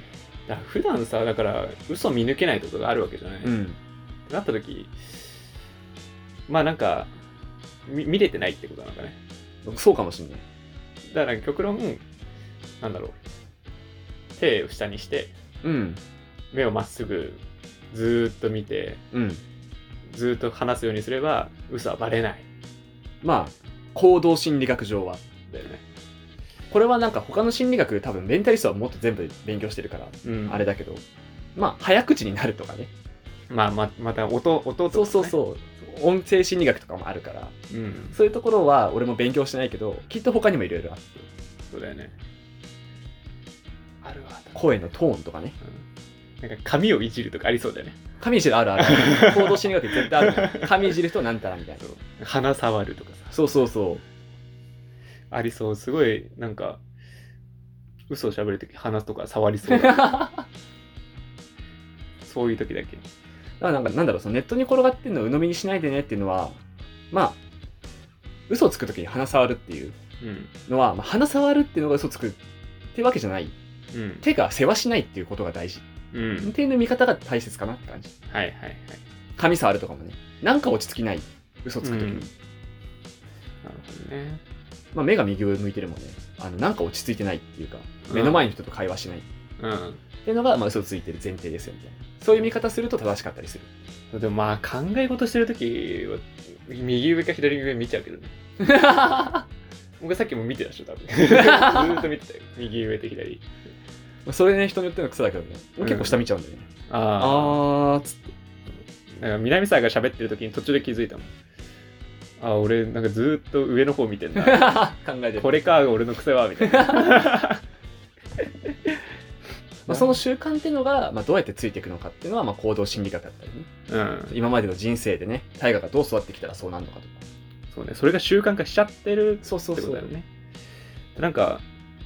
S1: だから普段さ、だから、嘘見抜けないってことがあるわけじゃない。ってなった時まあなんか、み見れてないってことなんかね。
S2: うんそうかもしんない
S1: だから極論、なんだろう。手を下にして、
S2: うん
S1: 目をまっすぐ、ずーっと見て、
S2: うん
S1: ずーっと話すようにすれば、嘘はバレない。
S2: まあ行動心理学上は
S1: だよね。
S2: これはなんか他の心理学多分メンタリストはもっと全部勉強してるから
S1: うん
S2: あれだけどまあ早口になるとかね
S1: まあ、ま、また音、音とか、ね。
S2: そうそうそう音声心理学とかもあるから
S1: う。うん。
S2: そういうところは俺も勉強してないけどきっと他にもいろいろあって
S1: そうだよね。あるわ。
S2: 声のトーンとかね
S1: うんなんか髪をいじるとかありそうだよね。
S2: 髪いじるあるあ る行動心理学絶対ある髪いじる人なんたらみたいな
S1: 鼻触るとかさ。
S2: そうそう そ
S1: ありそう。すごい、なんか、嘘を喋るとき鼻とか触りそう
S2: だ
S1: うだ。
S2: か
S1: そういうときだけ。
S2: らなんかなんだろうそのネットに転がってるのを鵜呑みにしないでねっていうのはまあ嘘をつく時に鼻触るっていう
S1: うん。
S2: のは、まあ、鼻触るっていうのが嘘つくってわけじゃない
S1: うん。
S2: 手が世話しないっていうことが大事
S1: うん。
S2: っていう見方が大切かなって感じ
S1: はいはいはい。
S2: 髪触るとかもねなんか落ち着きない嘘つく時に、
S1: うんなるほどね。
S2: まあ、目が右上向いてるもんねあのなんか落ち着いてないっていうか目の前の人と会話しない
S1: うん。
S2: っていうのが、まあ、嘘ついてる前提ですよみたいなそういう見方すると正しかったりする
S1: うん。でもまあ、考え事してるときは、右上か左上見ちゃうけどね。僕さっきも見てたでしょ、多分。ずーっと見てたよ。右上と左。
S2: それね人によっての癖だけどね俺結構下見ちゃうんだよね、あ
S1: あ
S2: ーっつって
S1: あ。なんか南沢が喋ってる時に途中で気づいたもん。ああ、俺なんかずーっと上の方見てんだ。
S2: 考えてる
S1: これか、俺の癖は、みたいな。
S2: まあ、その習慣っていうのが、まあ、どうやってついていくのかっていうのは、まあ、行動心理学だったりね
S1: うん。
S2: 今までの人生でね大河がどう育ってきたらそうなるのかとか
S1: そうね。それが習慣化しちゃってるって
S2: そうそ
S1: ことだよね。でなんか、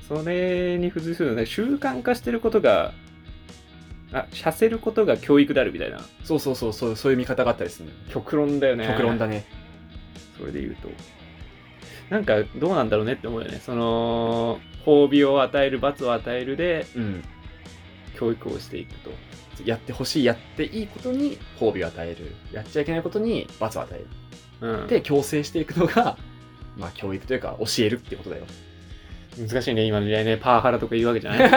S1: それに付随するのはね、習慣化してることが、あ、させることが教育であるみたいな。
S2: そうそうそうそうそういう見方があったりするのよ
S1: 極論だよね。
S2: 極論だね
S1: それで言うと。なんかどうなんだろうねって思うよね。その、褒美を与える、罰を与えるで、
S2: うん
S1: 教育をしていくと。
S2: やってほしいやっていいことに褒美を与えるやっちゃいけないことに罰を与える
S1: うん。
S2: で強制していくのが まあ教育というか教えるってこと だよ
S1: 難しいね、今の時代ね。パワハラとか言うわけじゃない。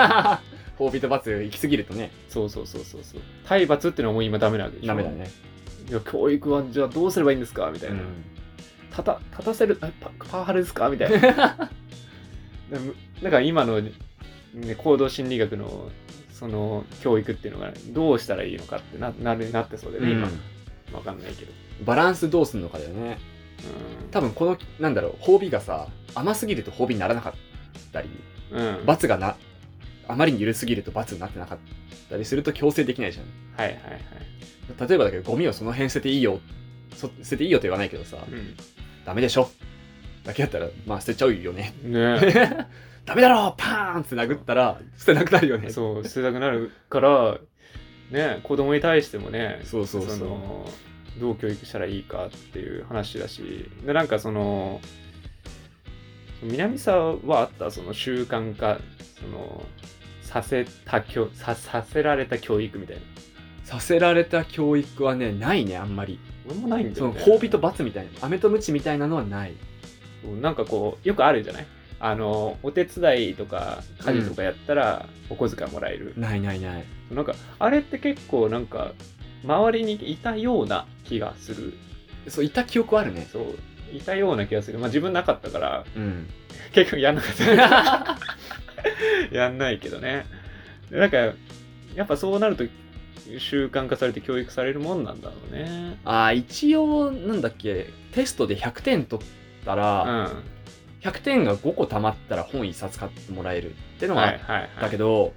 S2: 褒美と罰行き過ぎるとね
S1: そうそうそうそうそう。体罰ってのはもう今ダメなわけでしょ。
S2: ダメだ。ね、
S1: いや、教育はじゃあどうすればいいんですかみた
S2: う
S1: いな。
S2: ん、
S1: たた、立たせる、 あパパワハラですかみたいな。 でもなんか今の、ね、行動心理学の、その教育っていうのがどうしたらいいのかってななるなってそうでね、今、わかんないけど。
S2: バランスどうするのかだよね多分このなんだろう褒美がさ甘すぎると褒美にならなかったり
S1: うん。はい
S2: 罰がなあまりに緩すぎると罰になってなかったりすると強制できないじゃん
S1: はいはい。
S2: 例えばだけどゴミをその辺捨てていいよそ捨てていいよと言わないけどさ、
S1: う
S2: ダメでしょだけやったらまあ捨てちゃうよね
S1: ん、ね
S2: ダメだろパーンって殴ったら捨てなくなるよね
S1: え
S2: そ
S1: そ
S2: う
S1: う捨てたくなるからね子供に対してもね
S2: そうそうそう
S1: のどう教育したらいいかっていう話だしでなんかその南沢はあったその習慣化そのさせた教ささせられた教育みたいな
S2: させられた教育はねないねあんまり
S1: 俺もないんだ
S2: そ
S1: よ、
S2: の
S1: ね、
S2: 褒美と罰みたいな飴と鞭みたいなのはない
S1: うんなんかこうよくあるじゃないあのお手伝いとか家事とかやったらお小遣いもらえる、
S2: ないないない
S1: なんかあれって結構なんか周りにいたような気がする
S2: そういった記憶はあるね
S1: そういたような気がするまあ自分なかったから
S2: うん
S1: 結局やんなかった やんないけどねでなんかやっぱそうなると習慣化されて教育されるもんなんだろうね
S2: あー一応なんだっけテストで100点取った
S1: う
S2: ら、
S1: ん
S2: 100点が5個たまったら本一冊買ってもらえるってのがあ
S1: は
S2: っ
S1: いはいはい
S2: だけど、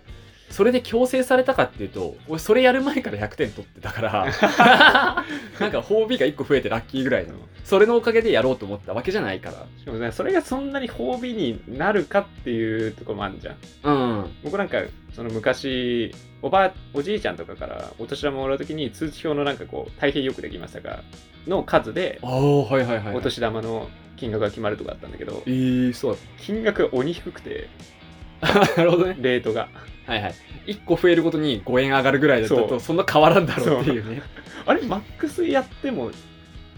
S2: それで強制されたかっていうと俺それやる前から100点取ってたから なんか褒美が1個増えてラッキーぐらいのそれのおかげでやろうと思ったわけじゃないから
S1: しかもね、それがそんなに褒美になるかっていうところもあるじゃん。
S2: うん
S1: 僕なんか、その昔、おばあ、おじいちゃんとかからお年玉もらうときに通知表のなんかこう、大変よくできましたが、の数で
S2: あ、あはいはいはい、
S1: お年玉の金額が決まるとかあったんだけど
S2: え、ー、そう
S1: 金額が鬼低くて、
S2: だったなるほどね
S1: レートが。
S2: はいはい1個増えるごとに5円上がるぐらいだった
S1: そう
S2: とそんな変わらんだろうっていうね
S1: あれマックスやっても、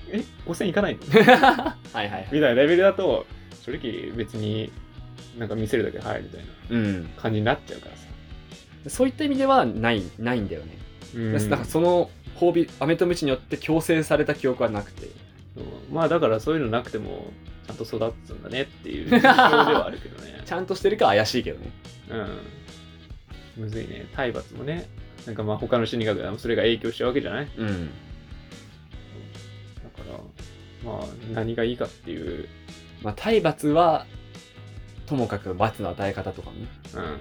S1: え、5000いかないのみ
S2: はいはいはい
S1: たいなレベルだと、正直別になんか見せるだけはいみたいな
S2: うん
S1: 感じになっちゃうからさ。
S2: そういった意味ではないないんだよね、
S1: うん
S2: なんかその褒美アメとムチによって強制された記憶はなくて
S1: そうまあだからそういうのなくてもちゃんと育つんだねっていう印象ではあるけどね
S2: ちゃんとしてるか怪しいけどね
S1: うんむずいね体罰もねなんかまあ他の心理学でもそれが影響しちゃうわけじゃないだ
S2: うん
S1: からまあ何がいいかっていう
S2: まあ体罰はともかく罰の与え方とかね
S1: うん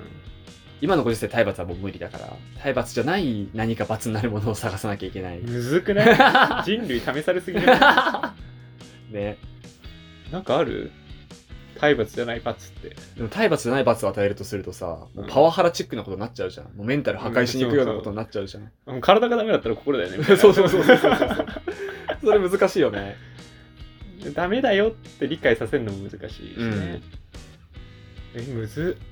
S2: 今のご時世体罰はもう無理だから体罰じゃない何か罰になるものを探さなきゃいけない
S1: むずくない人類試されすぎじゃな
S2: ね
S1: いなんかある体罰じゃない罰って
S2: でも体罰じゃない罰を与えるとするとさもうパワハラチックなことになっちゃうじゃんもうメンタル破壊しに行くようなことになっちゃうじゃん、
S1: もう体がダメだったら心だよねみたい な
S2: そうそうそうそうそうそうそれ難しいよね
S1: ダメだよって理解させるのも難しいしね。え、むずっ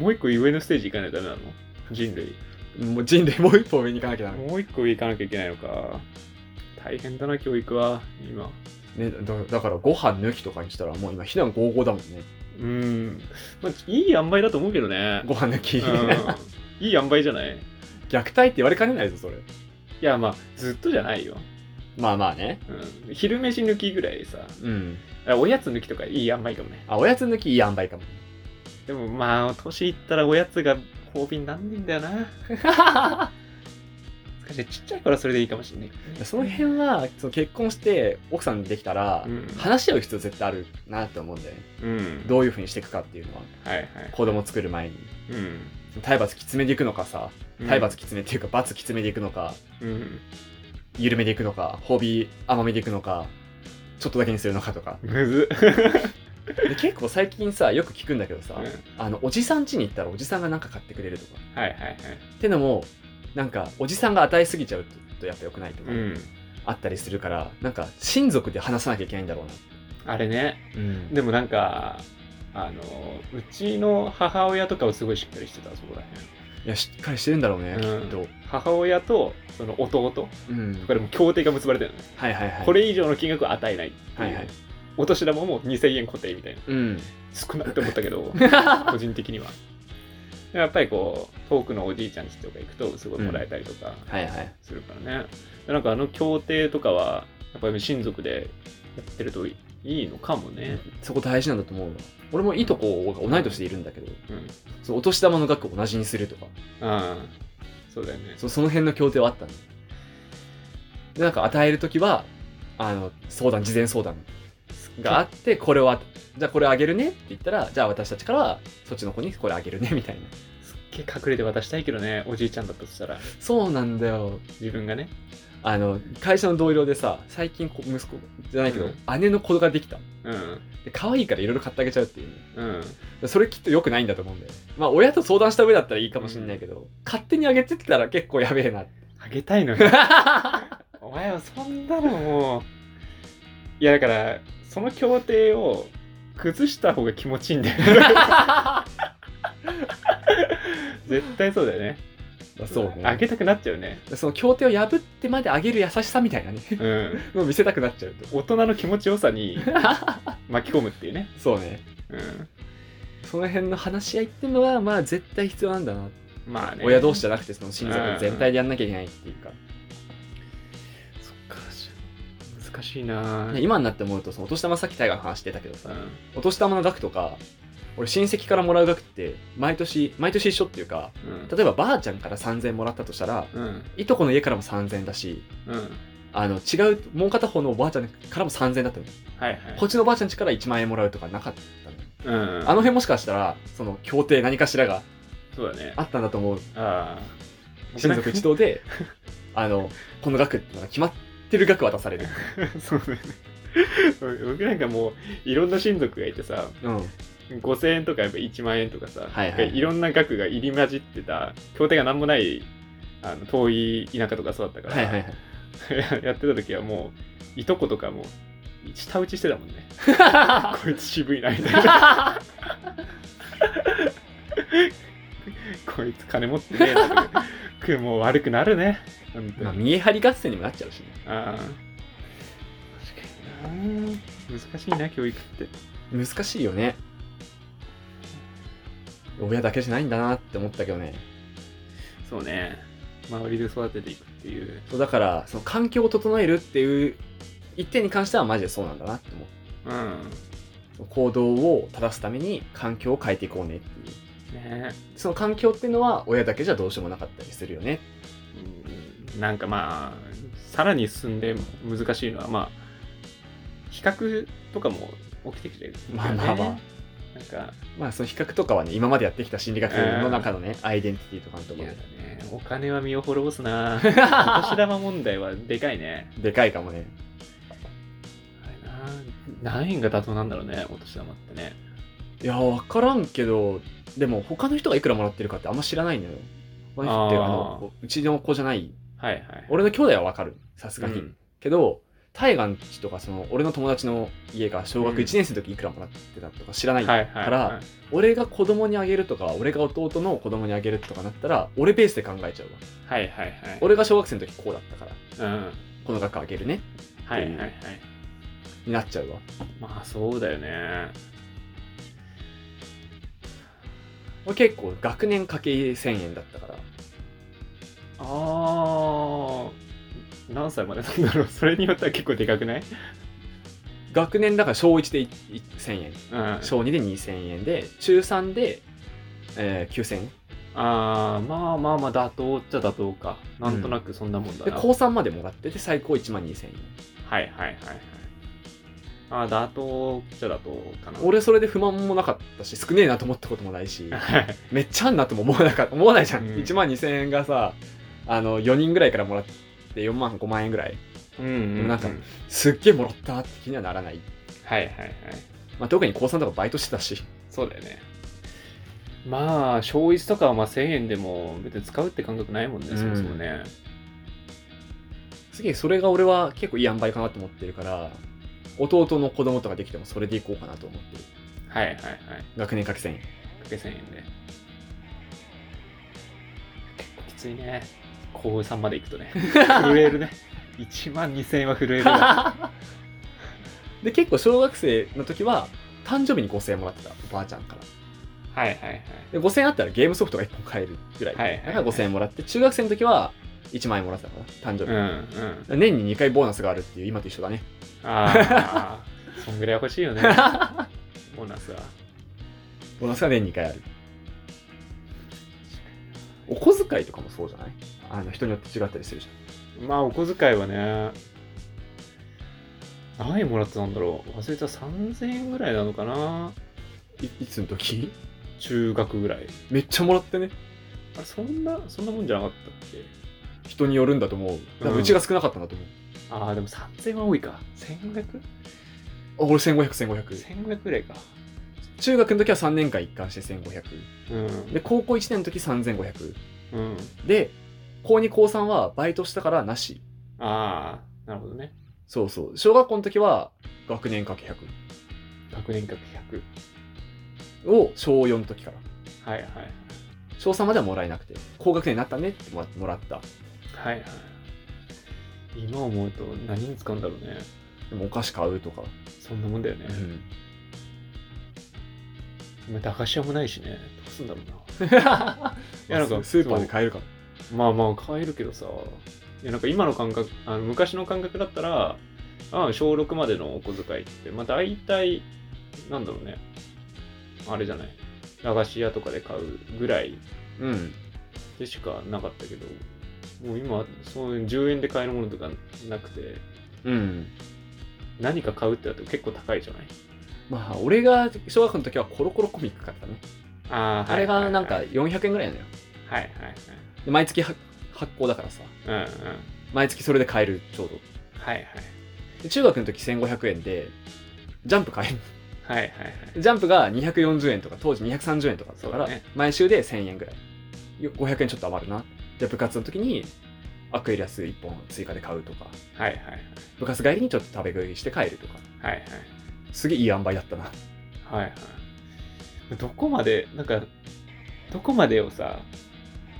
S1: もう一個上のステージ行かないとダメなの人類。
S2: もう人類もう一歩上に行かなきゃダメ
S1: もう一個上行かなきゃいけないのか。大変だな、教育は、今。
S2: ね、だだからご飯抜きとかにしたらもう今非難合々だもんね
S1: うん。まあ、いい塩梅だと思うけどね。
S2: ご飯抜き、
S1: うん、いい塩梅じゃないい
S2: 虐待って言われかねないぞそれ
S1: や、まあ、ずっとじゃないよ。
S2: まあまあね
S1: うん、昼飯抜きぐらいさ。
S2: うん
S1: あおやつ抜きとかいい塩梅かもね。
S2: あおやつ抜きいい塩梅かも
S1: でも、まあ、年いったらおやつが褒美になんねえんだよ な。しかしちっちゃい頃はそれでいいかもしれない、
S2: その辺はその結婚して奥さんできたら、
S1: うん
S2: 話し合う必要絶対あるなと思うんだよね
S1: うん
S2: どういうふうにしていくかっていうのは
S1: はいはい
S2: 子供作る前に
S1: う
S2: 体罰きつめでいくのかさ
S1: ん
S2: 体罰きつめっていうか罰きつめでいくのか
S1: うん
S2: 緩めでいくのか褒美甘めでいくのかちょっとだけにするのかとか
S1: むず
S2: で結構最近さよく聞くんだけどさ、
S1: うん
S2: あのおじさん家に行ったらおじさんが何か買ってくれるとか
S1: はいはいはい
S2: ってのもなんかおじさんが与えすぎちゃうとやっぱ良くないとか、
S1: うん
S2: あったりするからなんか親族で話さなきゃいけないんだろうな、
S1: あれね
S2: うん
S1: でもなんかあのうちの母親とかはすごいしっかりしてたそこら
S2: いやしっかりしてるんだろうね、
S1: うん
S2: きっと、
S1: 辺母親とその弟と
S2: うん、
S1: かでも協定が結ばれてるのね、
S2: はいはいはい
S1: これ以上の金額は与えないってう
S2: はいはい
S1: お年玉も2000円固定みたいな
S2: うん
S1: 少ないと思ったけど 個人的にはやっぱりこう遠くのおじいちゃんちとか行くとすごいもらえたりとか、
S2: はいはい
S1: するからねでなんかあの協定とかはやっぱり親族でやってるといいのかもね、
S2: そこ大事なんだと思うわ俺もいいとこが同い年でいるんだけど
S1: うん、
S2: そのお年玉の額を同じにするとか
S1: ああそうだよね
S2: そその辺の協定はあったのでなんか与える時はあの相談事前相談があってこれはじゃあこれあげるねって言ったらじゃあ私たちからはそっちの子にこれあげるねみたいな
S1: すっげえ隠れて渡したいけどねおじいちゃんだとしたら
S2: そうなんだよ
S1: 自分がね
S2: あの会社の同僚でさ最近こ息子じゃないけど、姉の子ができた
S1: うん
S2: で可愛いからいろいろ買ってあげちゃうっていうね
S1: うん
S2: でそれきっと良くないんだと思うんだよまあ親と相談した上だったらいいかもしれないけど、勝手にあげてたら結構やべえな
S1: あげたいの にお前はそんなのもういやだからその協定を崩した方が気持ちいい んだよ絶対そうだよね
S2: そうね
S1: あげたくなっちゃうね
S2: その協定を破ってまであげる優しさみたいなね
S1: うん
S2: のを見せたくなっちゃうと
S1: 大人の気持ちよさ に巻き込むっていうね、
S2: そうね
S1: う
S2: その辺の話し合いっていうのはまあ絶対必要なんだな、
S1: ん、まあね
S2: 親同士
S1: だ
S2: じゃなくてその親族全体でやんなきゃいけないっていうか、
S1: そっか難しいな
S2: ね今になって思うとそのお年玉さっき大河の話してたけど
S1: う
S2: さ
S1: ん
S2: お年玉の額とか俺親戚からもらう額って毎年毎年一緒っていうか
S1: うん
S2: 例えばばあちゃんから3000もらったとしたら
S1: うん
S2: いとこの家からも3000だし
S1: うん
S2: あの違うもう片方のおばあちゃんからも3000だったの
S1: はいはい
S2: こっちのおばあちゃん家から1万円もらうとかなかったの
S1: うん
S2: あの辺もしかしたら、その協定何かしらが
S1: そうだね。
S2: あったんだと思う
S1: ああ。
S2: 親族一同であのこの額ってのが決まってる額渡される、
S1: そうだよね。僕なんかもういろんな親族がいてさ
S2: うん、はい
S1: 5000円とかやっぱ1万円とかさ、
S2: はいはい
S1: なんかろんな額が入り混じってた協定が何もないあの遠い田舎とかそうだったから、
S2: はいはい
S1: やってた時はもういとことかも舌打ちしてたも んねこいつ渋いなみたいなこいつ金持ってねえな とかもう悪くなるね本当
S2: まあ
S1: に、
S2: 見え張り合戦にもなっちゃうしね
S1: ああ確かにな難しいな教育って
S2: 難しいよね親だけじゃないんだなって思ったけどね
S1: そうね周りで育てていくっていう
S2: そうだからその環境を整えるっていう一点に関してはマジでそうなんだなって思う
S1: うん
S2: その行動を正すために環境を変えていこうねっていう
S1: ね
S2: その環境っていうのは親だけじゃどうしようもなかったりするよね
S1: うんなんかまあさらに進んで難しいのはまあ比較とかも起きてきてる、ね、
S2: まあまあまあ
S1: なんか
S2: まあその比較とかはね今までやってきた心理学の中のね、アイデンティティとかのとこ
S1: い
S2: ろ
S1: やだ
S2: で
S1: ねお金は身を滅ぼす なお年玉問題はでかいね
S2: でかいかもね
S1: あれな何円が妥当なんだろうねお年玉ってね
S2: いや分からんけどでも他の人がいくらもらってるかってあんま知らないのよ他の人っていうかあ
S1: あー
S2: のうちの子じゃない
S1: はいはい
S2: 俺の兄弟は分かるさす
S1: う
S2: がに、
S1: ん
S2: けど大河んちとかその俺の友達の家が小学1年生の時いくらもらってたとか知らな
S1: はい
S2: い、
S1: はいはい
S2: から俺が子供にあげるとか俺が弟の子供にあげるとかなったら俺ベースで考えちゃうわ
S1: はいはいはい
S2: 俺が小学生の時こうだったから
S1: うん
S2: この額あげるね
S1: はいはいはい
S2: になっちゃうわ
S1: まあそうだよね
S2: 俺結構学年かけ1000円だったから
S1: ああ何歳までなんだろうそれによっては結構でかくない
S2: 学年だから小1で1000円
S1: うんあ
S2: 小2で2000円で中3で、えー9000円
S1: あーまあまあまあ妥当っちゃ妥当かなんとなくそんなもんだ
S2: で
S1: な、
S2: 高3までもらってて最高1万2000円
S1: はいはいはいはいああ妥当っちゃ妥当かな
S2: 俺それで不満もなかったし少ねえなと思ったこともないし
S1: はい
S2: めっちゃあんなとも思わなかった思わないじゃん、
S1: うん
S2: 1万2000円がさあの4人ぐらいからもらって4万5万円ぐらい
S1: うんうんう、
S2: なんかすっげえもらったって気にはならない、
S1: はいはいはい
S2: まあ、特に高3とかバイトしてたし
S1: そうだよねまあ小1とかはまあ1000円でも別に使うって感覚ないもんね、
S2: うん
S1: そもそもね
S2: すげえそれが俺は結構いい塩梅かなと思ってるから弟の子供とかできてもそれでいこうかなと思ってる
S1: はいはいはいか
S2: 学年かけ1000円
S1: け1000円で結構きついね高3までいくとね震えるね1万2000円は震えるわ
S2: で結構小学生の時は誕生日に5000円もらってたおばあちゃんから
S1: はいはいはい
S2: で5000円あったらゲームソフトが1本買えるぐらい、
S1: はいはいはい
S2: だから5000円もらって中学生の時は1万円もらってたから誕生
S1: う
S2: 日、
S1: んう
S2: だか
S1: ん
S2: ら年に2回ボーナスがあるっていう今と一緒だね
S1: ああそんぐらい欲しいよねボーナスは
S2: ボーナスが年に2回あるお小遣いとかもそうじゃないあの人によって違ったりするじ
S1: まあお小遣いはね何円もらってたんだろう忘れた3000円ぐらいなのかな
S2: ゃんいいつの時
S1: 中学ぐらい
S2: めっちゃもらってね
S1: あれそんなそんなもんじゃなかったっけ
S2: 人によるんだと思う多
S1: うん
S2: 分うちが少なかったんだと思う、
S1: ああでも3000は多いか 1500?1500
S2: あ俺15001500
S1: ぐらいか
S2: 中学の時は3年間一貫して1500
S1: うん
S2: で高校1年の時3500
S1: うん
S2: で高2高3はバイトしたからなし
S1: ああなるほどね
S2: そうそう小学校の時は学年かけ100
S1: 学年額100
S2: を小4の時から
S1: はいはいはい
S2: 小3まではもらえなくて高学年になったねってもらもらった
S1: はいはい今思うと何に使うんだろうね
S2: でもお菓子買うとか、
S1: そんなもんだよね、まあ駄菓子屋もないしねどうすんだろうな
S2: まあ
S1: なんか
S2: ススーパーで買えるかも
S1: まあまあ買えるけどさいやなんか今の感覚あの昔の感覚だったらあ小6までのお小遣いってまあ大体なんだろうねあれじゃない駄菓子屋とかで買うぐらい
S2: うん
S1: でしかなかったけどもう今そういう10円で買えるものとかなくて
S2: うん
S1: 何か買うってなって結構高いじゃない
S2: まあ俺が小学校の時はコロコロコミック買ったね
S1: あー
S2: あれがなん、
S1: は
S2: か
S1: い
S2: 400円ぐらいなのよ。
S1: はいはい
S2: で毎月は発行だからさ、
S1: はい。うんうん。
S2: 毎月それで買える、ちょうど。
S1: はいはい。
S2: で中学の時1500円で、ジャンプ買える。
S1: はいはいはい。
S2: ジャンプが240円とか、当時230円とかだったから、
S1: そうだね
S2: 毎週で1000円ぐらい。よ500円ちょっと余るな。じゃあ部活の時に、アクエリアス1本追加で買うとか、
S1: はいはいはい。
S2: 部活帰りにちょっと食べ食いして帰るとか、
S1: はいはい。
S2: すげえいい塩梅だったな。
S1: はいはい。どこまで、なんか、どこまでをさ、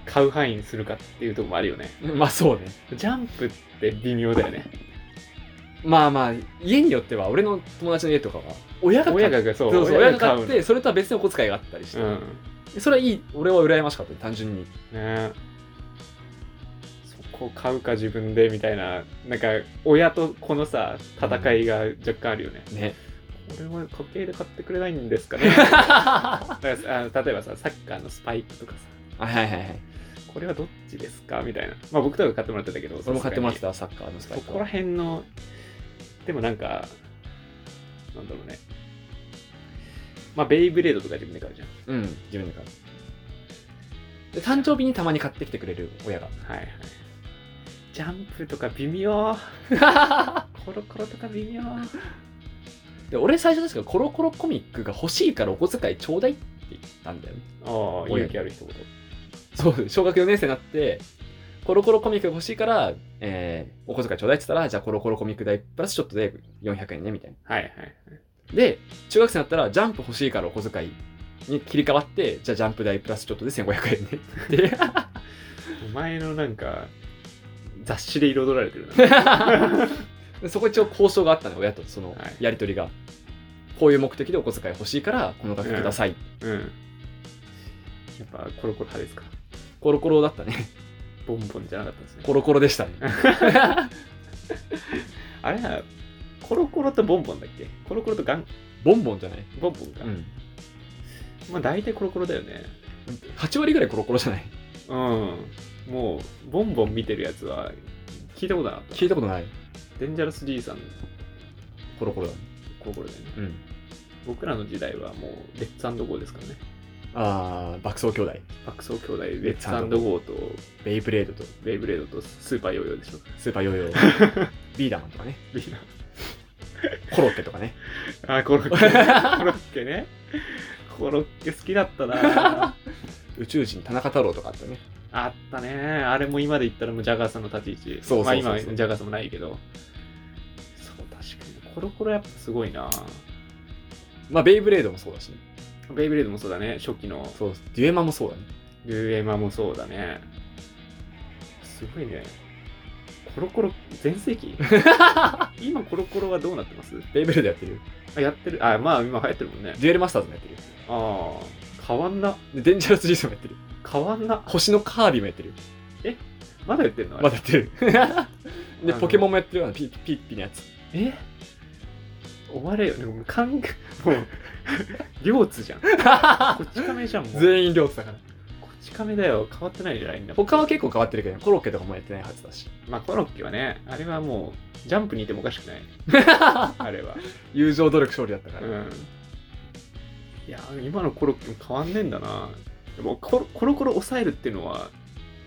S1: 買う範囲にするかっていうとこもあるよね。
S2: まあそうね。
S1: ジャンプって微妙だよね。
S2: まあまあ、家によっては、俺の友達の家とかは、親が買
S1: 親
S2: って、
S1: が買う、そ
S2: そうそう親が買っ
S1: 買
S2: て、それとは別にお小遣いがあったりして、
S1: うの。うん。
S2: それはいい、俺は羨ましかったね、単純に。
S1: ねそこ買うか自分でみたいな、なんか、親とこのさ、戦いが若干あるよね。
S2: ね。
S1: 俺は家計で買ってくれないんですかね
S2: は
S1: だからあの例えばさ、サッカーのスパイクとかさ、
S2: いはいはいはい。
S1: これはどっちですかみたいな。まあ僕とか買ってもらってたけど、
S2: 俺も買ってもらって
S1: た。
S2: た、サッカーのスパイ
S1: そ
S2: ク
S1: こら
S2: は。
S1: 辺の、でもなんか、なんだろうね。まあ、ベイブレードとか自分で買うじゃん。
S2: うん、自分で買う。で、誕生日にたまに買ってきてくれる、親が。
S1: はいはい。ジャンプとか微 妙。コロコロとか微妙。
S2: で、俺最初ですけど、コロコロコミックが欲しいからお小遣いちょうだいって言ったんだよね。
S1: ああ、勇気ある一言。
S2: そう、小学4年生になって、コロコロコミックが欲しいから、えー、お小遣いちょうだいって言ったら、じゃあコロコロコミック代プラスちょっとで400円ね、みたい
S1: はいはい。
S2: な。で、中学生になったら、ジャンプ欲しいからお小遣いに切り替わって、じゃあジャンプ代プラスちょっとで1500円ね。って、
S1: お前のなんか、雑誌で彩られ てるな。
S2: でそこ一応交渉があったのよ親とその
S1: はい
S2: やり取りが、こういう目的でお小遣い欲しいからこの額ください、
S1: うん。やっぱコロコロ派ですか。
S2: コロコロだったね
S1: ボンボンじゃなかったんですね。
S2: コロコロでしたね
S1: あれな、コロコロとボンボンだっけコロコロとガン、
S2: ボンボンじゃない、
S1: ボンボンか。
S2: うん、
S1: まあ大体コロコロだよね。
S2: 8割ぐらいコロコロじゃない
S1: うん。もう、ボンボン見てるやつは、聞いたことなかった。
S2: 聞いたことない
S1: デンジャラス D さんの
S2: コロコロだね
S1: コロコロだよね。
S2: うん
S1: 僕らの時代はもう、レッツゴーですからね。
S2: あー爆走兄弟
S1: 爆走兄弟、レッツゴーと、
S2: ベイブレードと
S1: ベイブレードとスーパーヨーヨーでしょ。
S2: スーパーヨーヨー ビーダーマンとかね
S1: みんな
S2: コロッケとかね
S1: あ、コロ ッケ。コロッケね。コロッケ好きだった な。
S2: 宇宙人田中太郎とかあったね
S1: あったね。あれも今で言ったらもうジャガーさんの立ち位置。
S2: そうそうそうそう
S1: まあ今、ジャガーさんもないけど。そう、確かに。コロコロやっぱすごいな。
S2: まあベイブレードもそうだしね
S1: ベイブレードもそうだね。初期の。
S2: そうデュエマもそうだね
S1: ルーエマもそうだね。すごいね。コロコロ、全盛 期今コロコロはどうなってます
S2: ベイブレードやってる
S1: あ、やってる。あ、まあ今流行ってるもんね。
S2: デュエルマスターズもやってる
S1: ああ、変わんな。
S2: でデンジャラスジースもやってる
S1: 変わんな。
S2: 星のカービィもやってる
S1: まだやってるのあれ
S2: まだやって る。で、ポケモンもやってるようなピッピッピのやつ。
S1: え終われよ。でも、かん、もう、両津じゃん。こっち亀じゃん、もう。
S2: 全員両手だから。
S1: こっち亀だよ。変わってないじゃないんだ。
S2: 他は結構変わってるけど、コロッケとかもやってないはずだし。
S1: まあ、コロッケはね、あれはもう、ジャンプにいてもおかしく ない。あれは。
S2: 友情努力勝利だったか
S1: う
S2: ら。
S1: ん。いや、今のコロッケも変わんねえんだな。でもコロ、コロコロ抑えるっていうのは、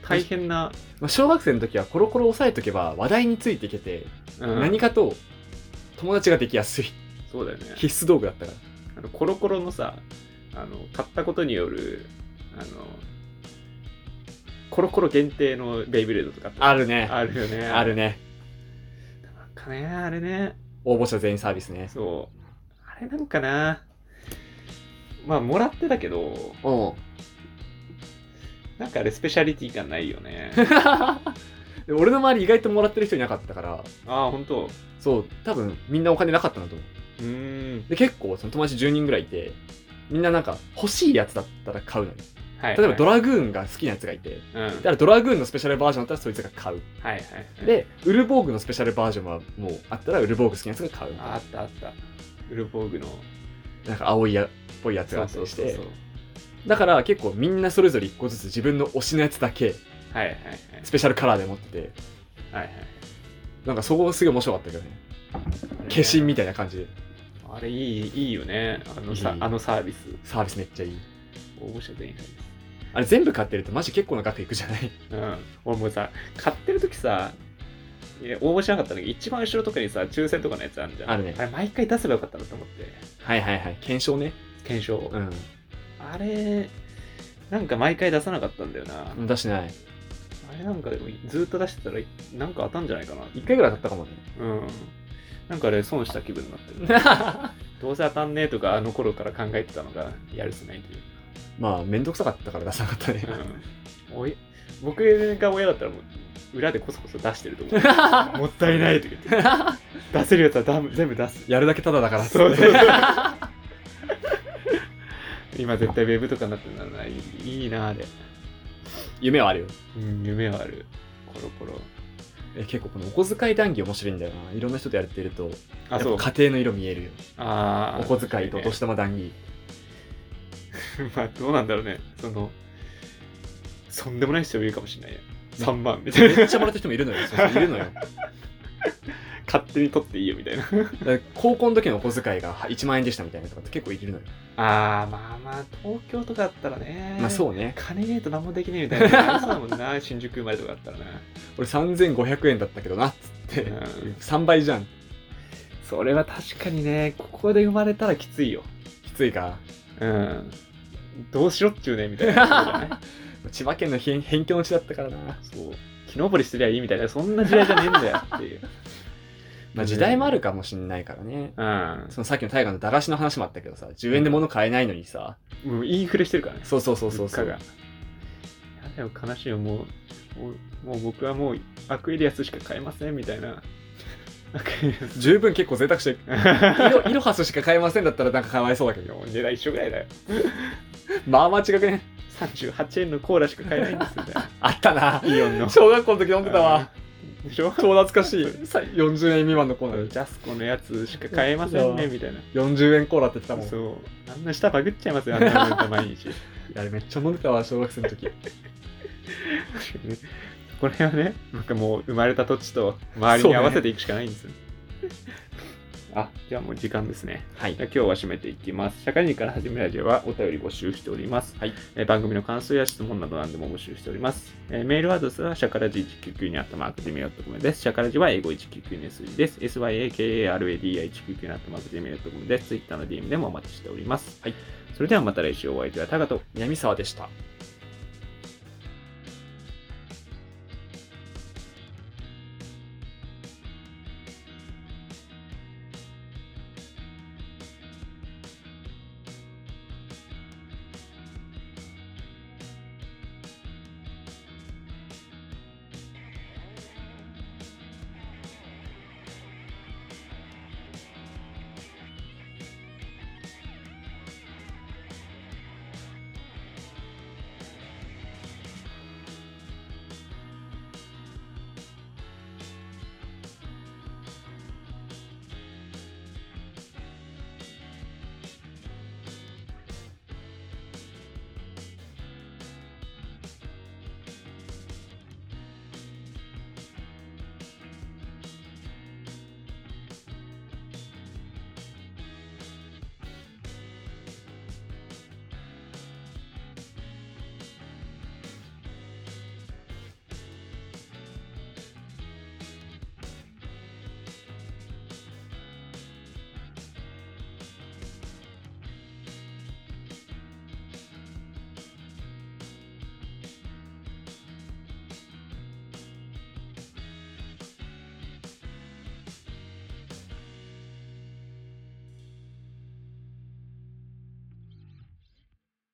S1: 大変な、
S2: まあ、小学生の時はコロコロ押さえとけば話題についていけて、
S1: うん
S2: 何かと友達ができや すい。
S1: そうだよね。
S2: 必須道具だったから。
S1: あのコロコロのさあの買ったことによるあのコロコロ限定のベイブレードとかって
S2: あるね。
S1: あるよね
S2: あるね。
S1: なんかねあれね
S2: 応募者全員サービスね。
S1: そうあれなんかなまあもらってたけど
S2: うん。
S1: なんかあれスペシャリティ感ないよ ね
S2: で俺の周り意外ともらってる人いなかったから、
S1: ああほんと
S2: そう、多分みんなお金なかったなと思う。
S1: うーん
S2: で結構その友達10人ぐらいいてみんななんか欲しいやつだったら買うのよ
S1: はい
S2: 例えばド
S1: ラ
S2: ラグーンが好きなやつがいて
S1: うんはい
S2: だからドラグーンのスペシャルバージョンだったらそいつが買う
S1: はいはい
S2: でウルボーグのスペシャルバージョンはもうあったらウルボーグ好きなやつが買う
S1: ああったあったウルボーグの
S2: なんか青いやっぽいやつがあった
S1: そう
S2: りし
S1: そう
S2: て
S1: そう
S2: だから結構みんなそれぞれ1個ずつ自分の推しのやつだけ
S1: はいはい
S2: スペシャルカラーで持ってて
S1: はいはいはい
S2: なんかそこがすごい面白かったけどね化身みたいな感じで
S1: あれいいいいよねあのさ
S2: いい
S1: あのサービス
S2: サービスめっちゃいい
S1: 応募者全員入る
S2: あれ全部買ってるとマジ結構な額いくじゃない
S1: うん、俺もうさ買ってる時さいや応募しなかったんだけど一番後ろとかにさ抽選とかのやつあるじゃん
S2: あるね
S1: あれ毎回出せばよかったなと思って
S2: はいはいはい。検証ね。
S1: 検証、
S2: う
S1: あれなんか毎回出さなかったんだよな、
S2: ん。出してない。
S1: あれなんかでもずっと出してたらなんか当たんじゃないかな
S2: 一回ぐらい当たったかもね。
S1: うんなんかあれ損した気分になって る
S2: ま
S1: どうせ当たんねえとかあの頃から考えてたのがやるせないという
S2: あ、めんどくさかったから出さなかったね。
S1: うんおい僕が親だったらもう裏でこそこそ出してると思う もったいないとか言って 出せるやつはだ全部出す
S2: やるだけタダだからっつって
S1: そうそう 今絶対ウェブとかになってるならないいいなあれ、
S2: 夢はあるよ。
S1: うん、夢はあるコロコロ
S2: え結構このお小遣い談義面白いんだよな。いろんな人とやってると、や
S1: あ
S2: っ
S1: そう
S2: ぱ家庭の色見えるよ。
S1: あ
S2: お
S1: ー
S2: 小遣いとお年玉談義。
S1: まあどうなんだろうねそのそんでもない人もいるかもしれないよ3万みたい
S2: め
S1: な
S2: っちゃもらった人もいるのよ。そうそういるのよ。
S1: 勝手に取っていいよみたいな
S2: だから高校の時のお小遣いが1万円でしたみたいな人とかって結構いるのよ。
S1: ああまあまあ東京とかだったらね
S2: まあ
S1: う
S2: そうね。
S1: 金ねえと何もできねえみたいなそうだもんな 新宿生まれとかだったらな
S2: 俺3500円だったけどなっつって。
S1: うん
S2: 3倍じゃん。
S1: それは確かにねここで生まれたらきついよ
S2: きついか。
S1: うんどうしろっちゅうねみたいなこと じゃない
S2: 千葉県の偏偏境の地だったからな。
S1: そう木登りすりゃいいみたいなそんな時代じゃねえんだよっていう
S2: まあ時代もあるかもしんないからね。
S1: うん
S2: そのさっきの大河の駄菓子の話もあったけどさ、10円で物買えないのにさ、
S1: もうインフレしてるからね
S2: そうそうそうそうそ
S1: 物
S2: う。
S1: 価がやだよ悲しいよもうもうもう僕はもうアクエリアスしか買えませんみたい なアクエリアス
S2: 十分結構贅 沢して、イロイロハスしか買えませんだったらなんかかわいそうだけど。
S1: もう値段一緒ぐらいだよ
S2: まあまあ違くね。
S1: 38円のコーラしか買えないんですみたいな
S2: あったな。
S1: イオンの
S2: 小学校の時飲んでたわ。
S1: でしょ
S2: 超懐 かしい。さ40円未満のコーナーで。
S1: ジャスコのやつしか買えませんねみたいな
S2: 40円コーラって言ってたもん。
S1: そうあんな下バグっちゃいますよあんなの た毎日
S2: あれめっちゃ飲んでたわ、小学生の時。
S1: これはねなんかもう生まれた土地と周りに合わせていくしかないんですよ、あじゃあもう時間ですね
S2: はい
S1: じゃ。あ今日は締めていきます。社会人から始めるラジオはお便り募集しております。
S2: はい
S1: えー番組の感想や質問など何でも募集しております。えーメールアドレスはシャカラジ199にあったマークでメールドットコムです。シャカラジは英語199の数字です。SYAKARADI199 にあったマークでメールドットコムです。Twitter の DM でもお待ちしております。
S2: はい
S1: それではまた来週お会いいたいタガと。
S2: 南沢でした。